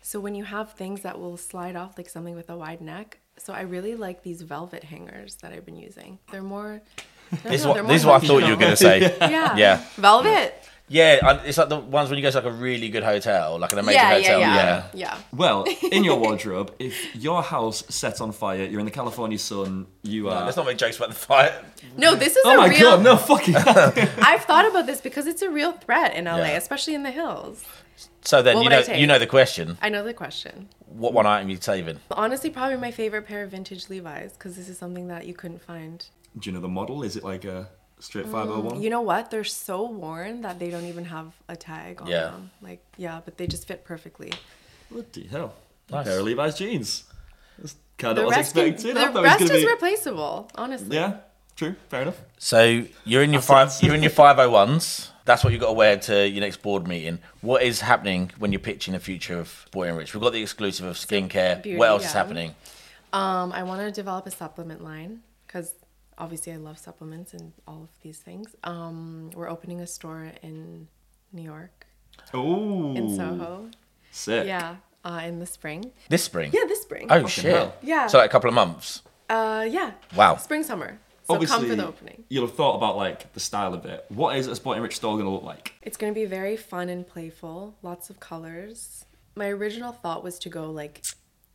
Speaker 4: So when you have things that will slide off, like something with a wide neck, so I really like these velvet hangers that I've been using. They're more. they're-
Speaker 2: This is
Speaker 4: no,
Speaker 2: what,
Speaker 4: they're
Speaker 2: this is
Speaker 4: more
Speaker 2: what I thought you were going to
Speaker 4: functional.
Speaker 2: say.
Speaker 4: Yeah.
Speaker 2: Yeah.
Speaker 4: Velvet.
Speaker 2: Yeah, I- it's like the ones when you go to like a really good hotel, like an amazing
Speaker 4: Yeah, yeah,
Speaker 2: hotel.
Speaker 4: yeah,
Speaker 2: yeah.
Speaker 4: yeah.
Speaker 3: Well, in your wardrobe, if your house set on fire, you're in the California sun, you are.
Speaker 2: Let's not make jokes about the fire.
Speaker 4: No, this is
Speaker 3: oh
Speaker 4: a
Speaker 3: my
Speaker 4: real.
Speaker 3: god, no fucking. [LAUGHS]
Speaker 4: I've thought about this because it's a real threat in LA,
Speaker 2: Yeah.
Speaker 4: especially in the hills.
Speaker 2: So then
Speaker 4: What
Speaker 2: you
Speaker 4: would I
Speaker 2: know
Speaker 4: take?
Speaker 2: you know the question.
Speaker 4: I know the question.
Speaker 2: What one item you saving?
Speaker 4: Honestly, probably my favorite pair of vintage Levi's because this is something that you couldn't find
Speaker 3: Do you know the model? Is it like a straight 501?
Speaker 4: You know what? They're so worn that they don't even have a tag on
Speaker 2: Yeah.
Speaker 4: them. Like, yeah, but they just fit perfecly.
Speaker 3: Bloody hell.
Speaker 2: Nice.
Speaker 3: A pair of Levi's jeans. That's kind
Speaker 4: The
Speaker 3: of what I was
Speaker 4: rest, can-
Speaker 3: expecting. I
Speaker 4: the
Speaker 3: thought it was
Speaker 4: rest
Speaker 3: gonna
Speaker 4: is
Speaker 3: be-
Speaker 4: replaceable, honestly.
Speaker 3: Yeah, true. Fair enough.
Speaker 2: So you're in your
Speaker 3: said-
Speaker 2: five you're in your five oh ones. That's what you got to wear to your next board meeting. What is happening when you're pitching the future of Boy and Rich? We've got the exclusive of skincare.
Speaker 4: Beauty,
Speaker 2: what else is
Speaker 4: yeah.
Speaker 2: happening?
Speaker 4: Um, I want to develop a supplement line because obviously I love supplements and all of these things. Um, we're opening a store in New York,
Speaker 3: Ooh.
Speaker 4: in Soho.
Speaker 3: Sick.
Speaker 4: Yeah, uh, in the spring.
Speaker 2: This spring.
Speaker 4: Yeah, this spring.
Speaker 2: Oh shit.
Speaker 3: hell.
Speaker 4: Yeah.
Speaker 2: So like a couple of months.
Speaker 4: Uh, yeah.
Speaker 2: Wow.
Speaker 4: Spring, summer. So
Speaker 3: Obviously,
Speaker 4: come for the opening.
Speaker 3: you'll have thought about like the style of it. What is a Sporting Rich store going to look like?
Speaker 4: It's going to be very fun and playful, lots of colors. my original thought was to go like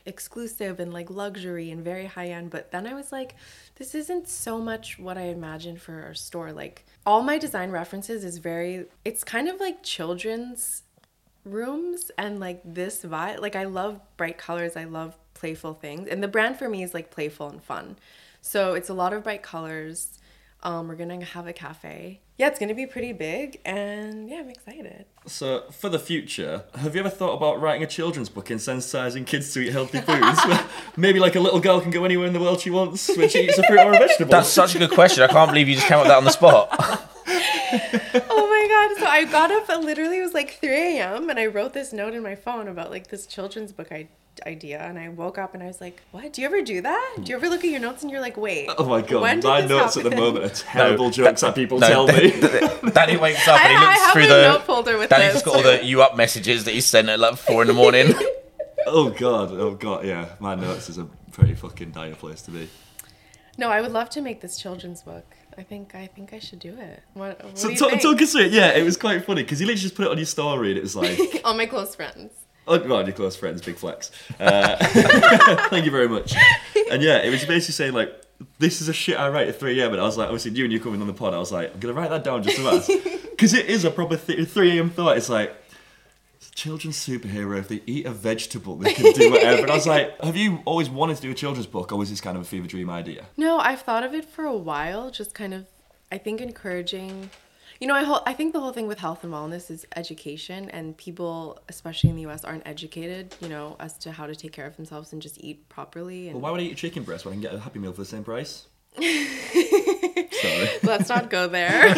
Speaker 4: exclusive and like luxury and very high end but then i was like this isn't so much what i imagined for a store like all my design references is very it's kind of like children's rooms and like this vibe like i love bright colors i love playful things and the brand for me is like playful and fun so it's a lot of bright colors um, we're gonna have a cafe yeah it's gonna be pretty big and yeah i'm excited
Speaker 3: So, for the future, have you ever thought about writing a children's book and sensitizing kids to eat
Speaker 4: [LAUGHS]
Speaker 3: healthy foods? [LAUGHS] Where Maybe like a little girl can go anywhere in the world she wants when she eats a
Speaker 2: [LAUGHS]
Speaker 3: fruit or a vegetable.
Speaker 2: That's such a good question. I can't believe you just came up with that on the
Speaker 3: [LAUGHS]
Speaker 2: spot.
Speaker 4: Oh my god! So I got up at literally it was like 3 a.m. and I wrote this note in my phone about like this children's book I- idea, and I woke up and I was like, "What? Do you ever do that? Do you ever look at your notes and you're like, wait?
Speaker 3: oh my god,
Speaker 4: when did
Speaker 3: my
Speaker 4: this
Speaker 3: notes at the
Speaker 4: happen?
Speaker 3: moment are terrible jokes that people tell
Speaker 2: Danny-
Speaker 3: me.
Speaker 2: [LAUGHS] Danny wakes up and he
Speaker 4: [LAUGHS] I- I
Speaker 2: looks
Speaker 4: have
Speaker 2: through
Speaker 4: a
Speaker 2: the
Speaker 4: note folder with
Speaker 2: Danny's
Speaker 4: this.
Speaker 2: got all the you up messages that he sent at like four in the
Speaker 4: [LAUGHS]
Speaker 2: morning.
Speaker 3: oh god, oh god, yeah, my notes is a pretty fucking dire place to be.
Speaker 4: No, I would love to make this children's book. I think I think I should do it. What? what
Speaker 3: So,
Speaker 4: do you
Speaker 3: talk,
Speaker 4: think?
Speaker 3: talk us through it. Yeah, it was quite funny because you literally just put it on your story and it
Speaker 4: [LAUGHS]
Speaker 3: was like,
Speaker 4: All my close friends.
Speaker 3: Oh, well, your close friends, big flex. Uh, [LAUGHS] thank you very much. And yeah, it was basically saying like, this is a shit I write at 3 a.m. And I was like, obviously, you and you coming on the pod, I was like, I'm gonna write that down just
Speaker 4: [LAUGHS]
Speaker 3: to us, because it is a proper th- 3 a.m. thought. It's like. Children's superhero. If they eat a vegetable, they can do whatever. And I was like, "Have you always wanted to do a children's book, or was this kind of a fever dream idea?"
Speaker 4: No, I've thought of it for a while, just kind of, I think, encouraging. You know, I, whole, I think the whole thing with health and wellness is education, and people, especially in the US, aren't educated, you know, as to how to take care of themselves and just eat properly. And
Speaker 3: Well, why would I eat a chicken breast when I can get a happy meal for the
Speaker 4: [LAUGHS]
Speaker 3: same price? Sorry.
Speaker 4: let's not go there.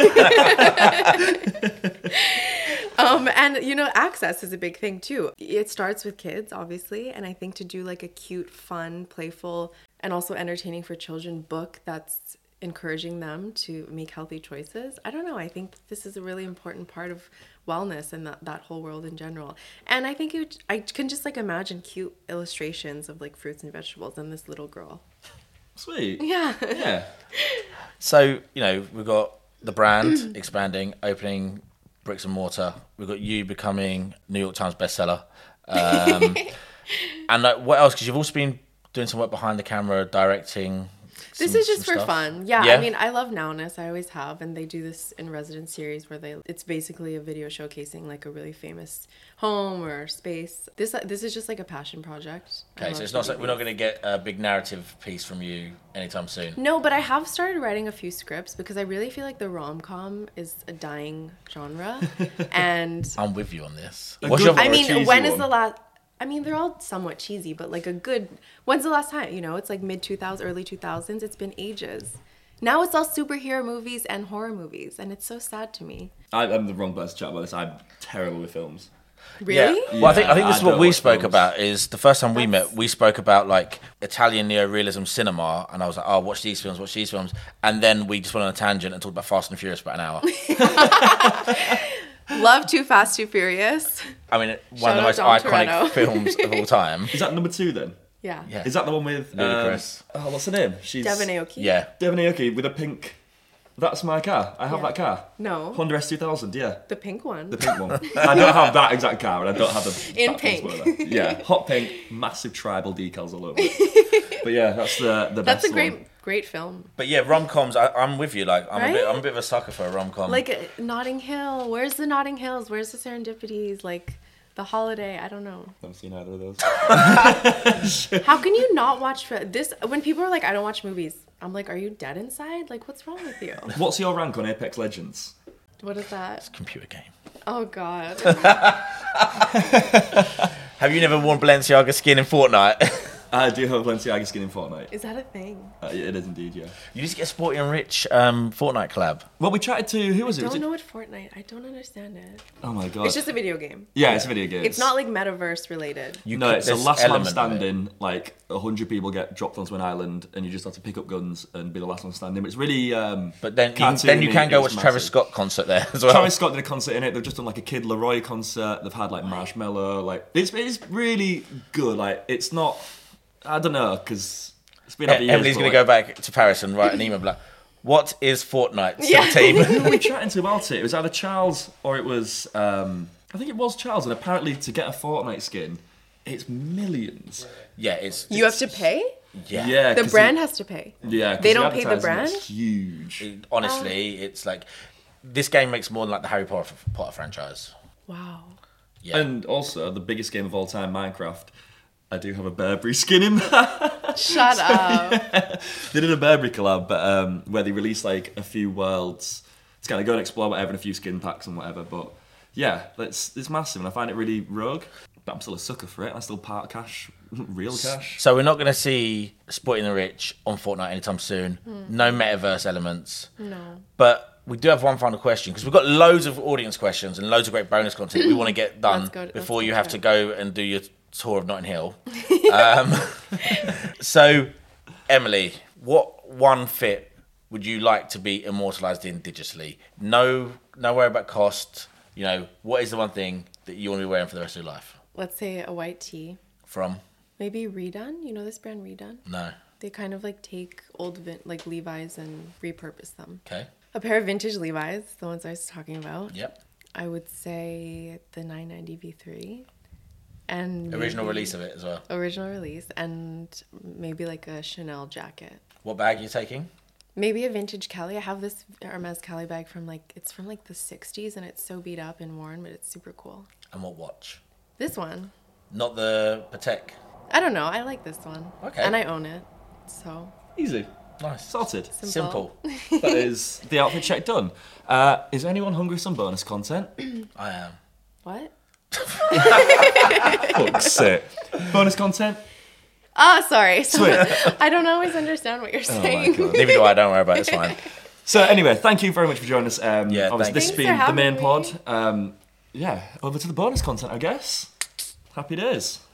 Speaker 4: um, and, you know, access is a big thing too. It starts with kids, obviously, and I think to do like a cute, fun, playful, and also entertaining for children book that's encouraging them to make healthy choices. I don't know. I think this is a really important part of wellness and that, that whole world in general. And I think it, I can just like imagine cute illustrations of like fruits and vegetables and this little girl.
Speaker 3: Sweet.
Speaker 4: Yeah.
Speaker 3: Yeah.
Speaker 2: So you know we've got the
Speaker 4: [CLEARS THROAT]
Speaker 2: brand expanding, opening bricks and mortar. We've got you becoming New York Times bestseller.
Speaker 4: [LAUGHS]
Speaker 2: Um, and like, what else? Because you've also been doing some work behind the camera, directing.
Speaker 4: This
Speaker 2: some-
Speaker 4: is just
Speaker 2: some
Speaker 4: for
Speaker 2: stuff.
Speaker 4: fun. Yeah,
Speaker 2: Yeah.
Speaker 4: I mean, I love Nowness. I always have, and they do this in resident series where they it's basically a video showcasing like a really famous home or space. This this is just like a passion project. I
Speaker 2: Okay,
Speaker 4: love
Speaker 2: so it's
Speaker 4: to
Speaker 2: not.
Speaker 4: do
Speaker 2: We're not
Speaker 4: these.
Speaker 2: going to get a big narrative piece from you anytime soon.
Speaker 4: No, but I have started writing a few scripts because I really feel like the rom com is a dying
Speaker 2: [LAUGHS]
Speaker 4: genre, and
Speaker 2: I'm with you on this.
Speaker 3: A
Speaker 2: What's
Speaker 3: good-
Speaker 2: your
Speaker 3: Or
Speaker 4: I
Speaker 3: a cheesy
Speaker 4: mean, when is
Speaker 3: one.
Speaker 4: the last? I mean, they're all somewhat cheesy, but like a good. When's the last time? You know, it's like mid 2000s, early 2000s. It's been ages. Now it's all superhero movies and horror movies, and it's so sad to me.
Speaker 3: I, I'm the wrong person to chat about this. I'm terrible with films.
Speaker 4: Really?
Speaker 2: Yeah. Well, I think I think
Speaker 3: Yeah,
Speaker 2: this
Speaker 3: I
Speaker 2: is what
Speaker 3: don't
Speaker 2: we
Speaker 3: watch
Speaker 2: spoke
Speaker 3: films.
Speaker 2: about. Is the first time we met,
Speaker 4: That's-
Speaker 2: we spoke about like Italian neorealism cinema, and I was like, "Oh, watch these films, watch these films," and then we just went on a tangent and talked about Fast and Furious for about an
Speaker 4: [LAUGHS]
Speaker 2: hour.
Speaker 4: Love Too Fast, Too
Speaker 3: [LAUGHS]
Speaker 4: Furious.
Speaker 2: I mean, one of the most
Speaker 4: Shout out Dom
Speaker 2: iconic films
Speaker 4: Toretto.
Speaker 2: of all
Speaker 4: [LAUGHS]
Speaker 2: time.
Speaker 3: Is that number two then?
Speaker 4: Yeah.
Speaker 2: Yeah.
Speaker 3: Is that the one with um,
Speaker 2: Ludacris.
Speaker 3: oh, what's her name? She's
Speaker 4: Devin Aoki.
Speaker 2: Yeah,
Speaker 3: Devin Aoki with a pink. That's my car. I have
Speaker 4: Yeah.
Speaker 3: that car.
Speaker 4: No.
Speaker 3: Honda S2000. Yeah,
Speaker 4: The pink one.
Speaker 3: the
Speaker 4: [LAUGHS]
Speaker 3: pink one. I don't have that exact car, and I don't have the
Speaker 4: In
Speaker 3: that pink
Speaker 4: pink.
Speaker 3: spoiler. Yeah, hot pink, massive tribal decals all over. it.
Speaker 4: [LAUGHS]
Speaker 3: but yeah, that's the the best
Speaker 4: That's a great,
Speaker 3: one.
Speaker 4: great film.
Speaker 2: but yeah, rom coms. I'm with you. Like, I'm a bit,
Speaker 4: Right?
Speaker 2: I'm a bit of a sucker for a rom com.
Speaker 4: Like uh, Notting Hill. Where's the Notting Hills? Where's the Serendipities? Like the holiday. I don't know.
Speaker 3: I've seen either of those.
Speaker 4: How can you not watch fi- this? When people are like, I don't watch movies, I'm like, are you dead inside? Like, what's wrong with you?
Speaker 3: What's your rank on Apex Legends?
Speaker 4: What is that?
Speaker 2: computer game.
Speaker 4: Oh,
Speaker 3: [LAUGHS]
Speaker 4: God.
Speaker 2: Have you never worn Balenciaga skin in Fortnite? [LAUGHS]
Speaker 3: I Uh, do have Balenciaga skin in Fortnite.
Speaker 4: Is that a thing?
Speaker 3: Uh, it is indeed, yeah.
Speaker 2: you just get a sporty and rich um, Fortnite collab.
Speaker 3: Well, we chatted to who was it? Was
Speaker 4: Don't
Speaker 3: it-
Speaker 4: know what Fortnite. I don't understand it.
Speaker 3: Oh my god!
Speaker 4: It's just a video game.
Speaker 3: yeah, it's a video game.
Speaker 4: It's not like metaverse related.
Speaker 2: You
Speaker 3: No,
Speaker 2: could-
Speaker 3: it's a
Speaker 2: there's
Speaker 3: last man
Speaker 2: element of it.
Speaker 3: standing. Like a hundred people get dropped onto an island, and you just have to pick up guns and be the last one standing. But it's really. Um,
Speaker 2: But then, you, then you
Speaker 3: cartoony,
Speaker 2: can go watch
Speaker 3: it's
Speaker 2: a
Speaker 3: massive.
Speaker 2: Travis Scott concert there as well.
Speaker 3: Travis Scott did a concert in it. They've just done like a Kid Leroy concert. They've had like Marshmallow. Like it's it's really good. Like it's not. I don't know because it's been.
Speaker 2: E-
Speaker 3: up a year,
Speaker 2: Emily's
Speaker 3: but,
Speaker 2: going to go
Speaker 3: like-
Speaker 2: back to Paris and write an email and be like, "What is Fortnite to the
Speaker 4: Yeah. [LAUGHS]
Speaker 2: team?" [LAUGHS]
Speaker 3: we were chatting to about it. It was either Charles or it was um, I think it was Charles, and apparently to get a Fortnite skin, it's millions.
Speaker 2: Yeah, it's
Speaker 4: You have to pay?
Speaker 2: yeah.
Speaker 3: Yeah,
Speaker 4: The
Speaker 3: 'cause
Speaker 4: brand
Speaker 3: it-
Speaker 4: has to pay.
Speaker 3: yeah, 'cause
Speaker 4: They don't pay the
Speaker 3: advertisement's
Speaker 4: brand?
Speaker 3: Huge.
Speaker 2: It- honestly, it's like this game makes more than like the Harry Potter, Potter franchise.
Speaker 4: Wow.
Speaker 2: Yeah.
Speaker 3: And also the biggest game of all time, Minecraft. I do have a Burberry [LAUGHS] skin in that.
Speaker 4: Shut up. [LAUGHS]
Speaker 3: they did a Burberry collab, but um, where they released like a few worlds to kind of go and explore whatever, and a few skin packs and whatever. But yeah, it's it's massive, and I find it really rogue. But I'm still a sucker for it. and I still part cash, [LAUGHS] real cash.
Speaker 2: so we're not going to see Sporting the Rich on Fortnite anytime soon. No metaverse elements.
Speaker 4: No.
Speaker 2: But we do have one final question because we've got loads of audience questions and loads of great bonus content we want to get done
Speaker 4: Let's go- let's
Speaker 2: before
Speaker 4: go
Speaker 2: you
Speaker 4: for
Speaker 2: have
Speaker 4: it.
Speaker 2: to go and do your tour of Notting Hill. um, so, Emily, what one fit would you like to be immortalized in digitally? No, no worry about cost. You know, what is the one thing that you want to be wearing for the rest of your life?
Speaker 4: Let's say a white tee.
Speaker 2: From
Speaker 4: Maybe Redone. You know this brand Redone?
Speaker 2: no,
Speaker 4: They kind of like take old vin- like Levi's and repurpose them.
Speaker 2: okay,
Speaker 4: A pair of vintage Levi's, the ones I was talking about.
Speaker 2: yep,
Speaker 4: I would say the 990 V3 and
Speaker 2: original
Speaker 4: maybe-
Speaker 2: release of it as well.
Speaker 4: Original release and maybe like a Chanel jacket.
Speaker 2: What bag are you taking?
Speaker 4: Maybe a vintage Kelly. I have this Hermes Kelly bag from like it's from like the 60s and it's so beat up and worn, but it's super cool.
Speaker 2: And what watch?
Speaker 4: This one.
Speaker 2: Not the Patek.
Speaker 4: I don't know. I like this one.
Speaker 2: Okay.
Speaker 4: And I own it. So
Speaker 3: Easy,
Speaker 2: Nice,
Speaker 3: sorted.
Speaker 2: simple.
Speaker 3: that is the outfit check done. Uh, is anyone hungry for some bonus content?
Speaker 2: I am. [LAUGHS]
Speaker 4: What? [LAUGHS]
Speaker 3: Fuck's sake. Bonus content?
Speaker 4: Ah, sorry. So-
Speaker 3: Sweet.
Speaker 4: [LAUGHS] I don't always understand what you're
Speaker 2: Oh
Speaker 4: saying. [LAUGHS]
Speaker 2: Neither do I. Don't worry about it. It's fine.
Speaker 3: Oh So anyway, thank you very much for joining us. Um,
Speaker 2: Yeah,
Speaker 3: obviously
Speaker 2: thank you.
Speaker 3: this has
Speaker 4: Thanks
Speaker 3: been
Speaker 4: for
Speaker 3: the main
Speaker 4: having me.
Speaker 3: pod. Um, yeah, over to the bonus content, I guess. Happy days.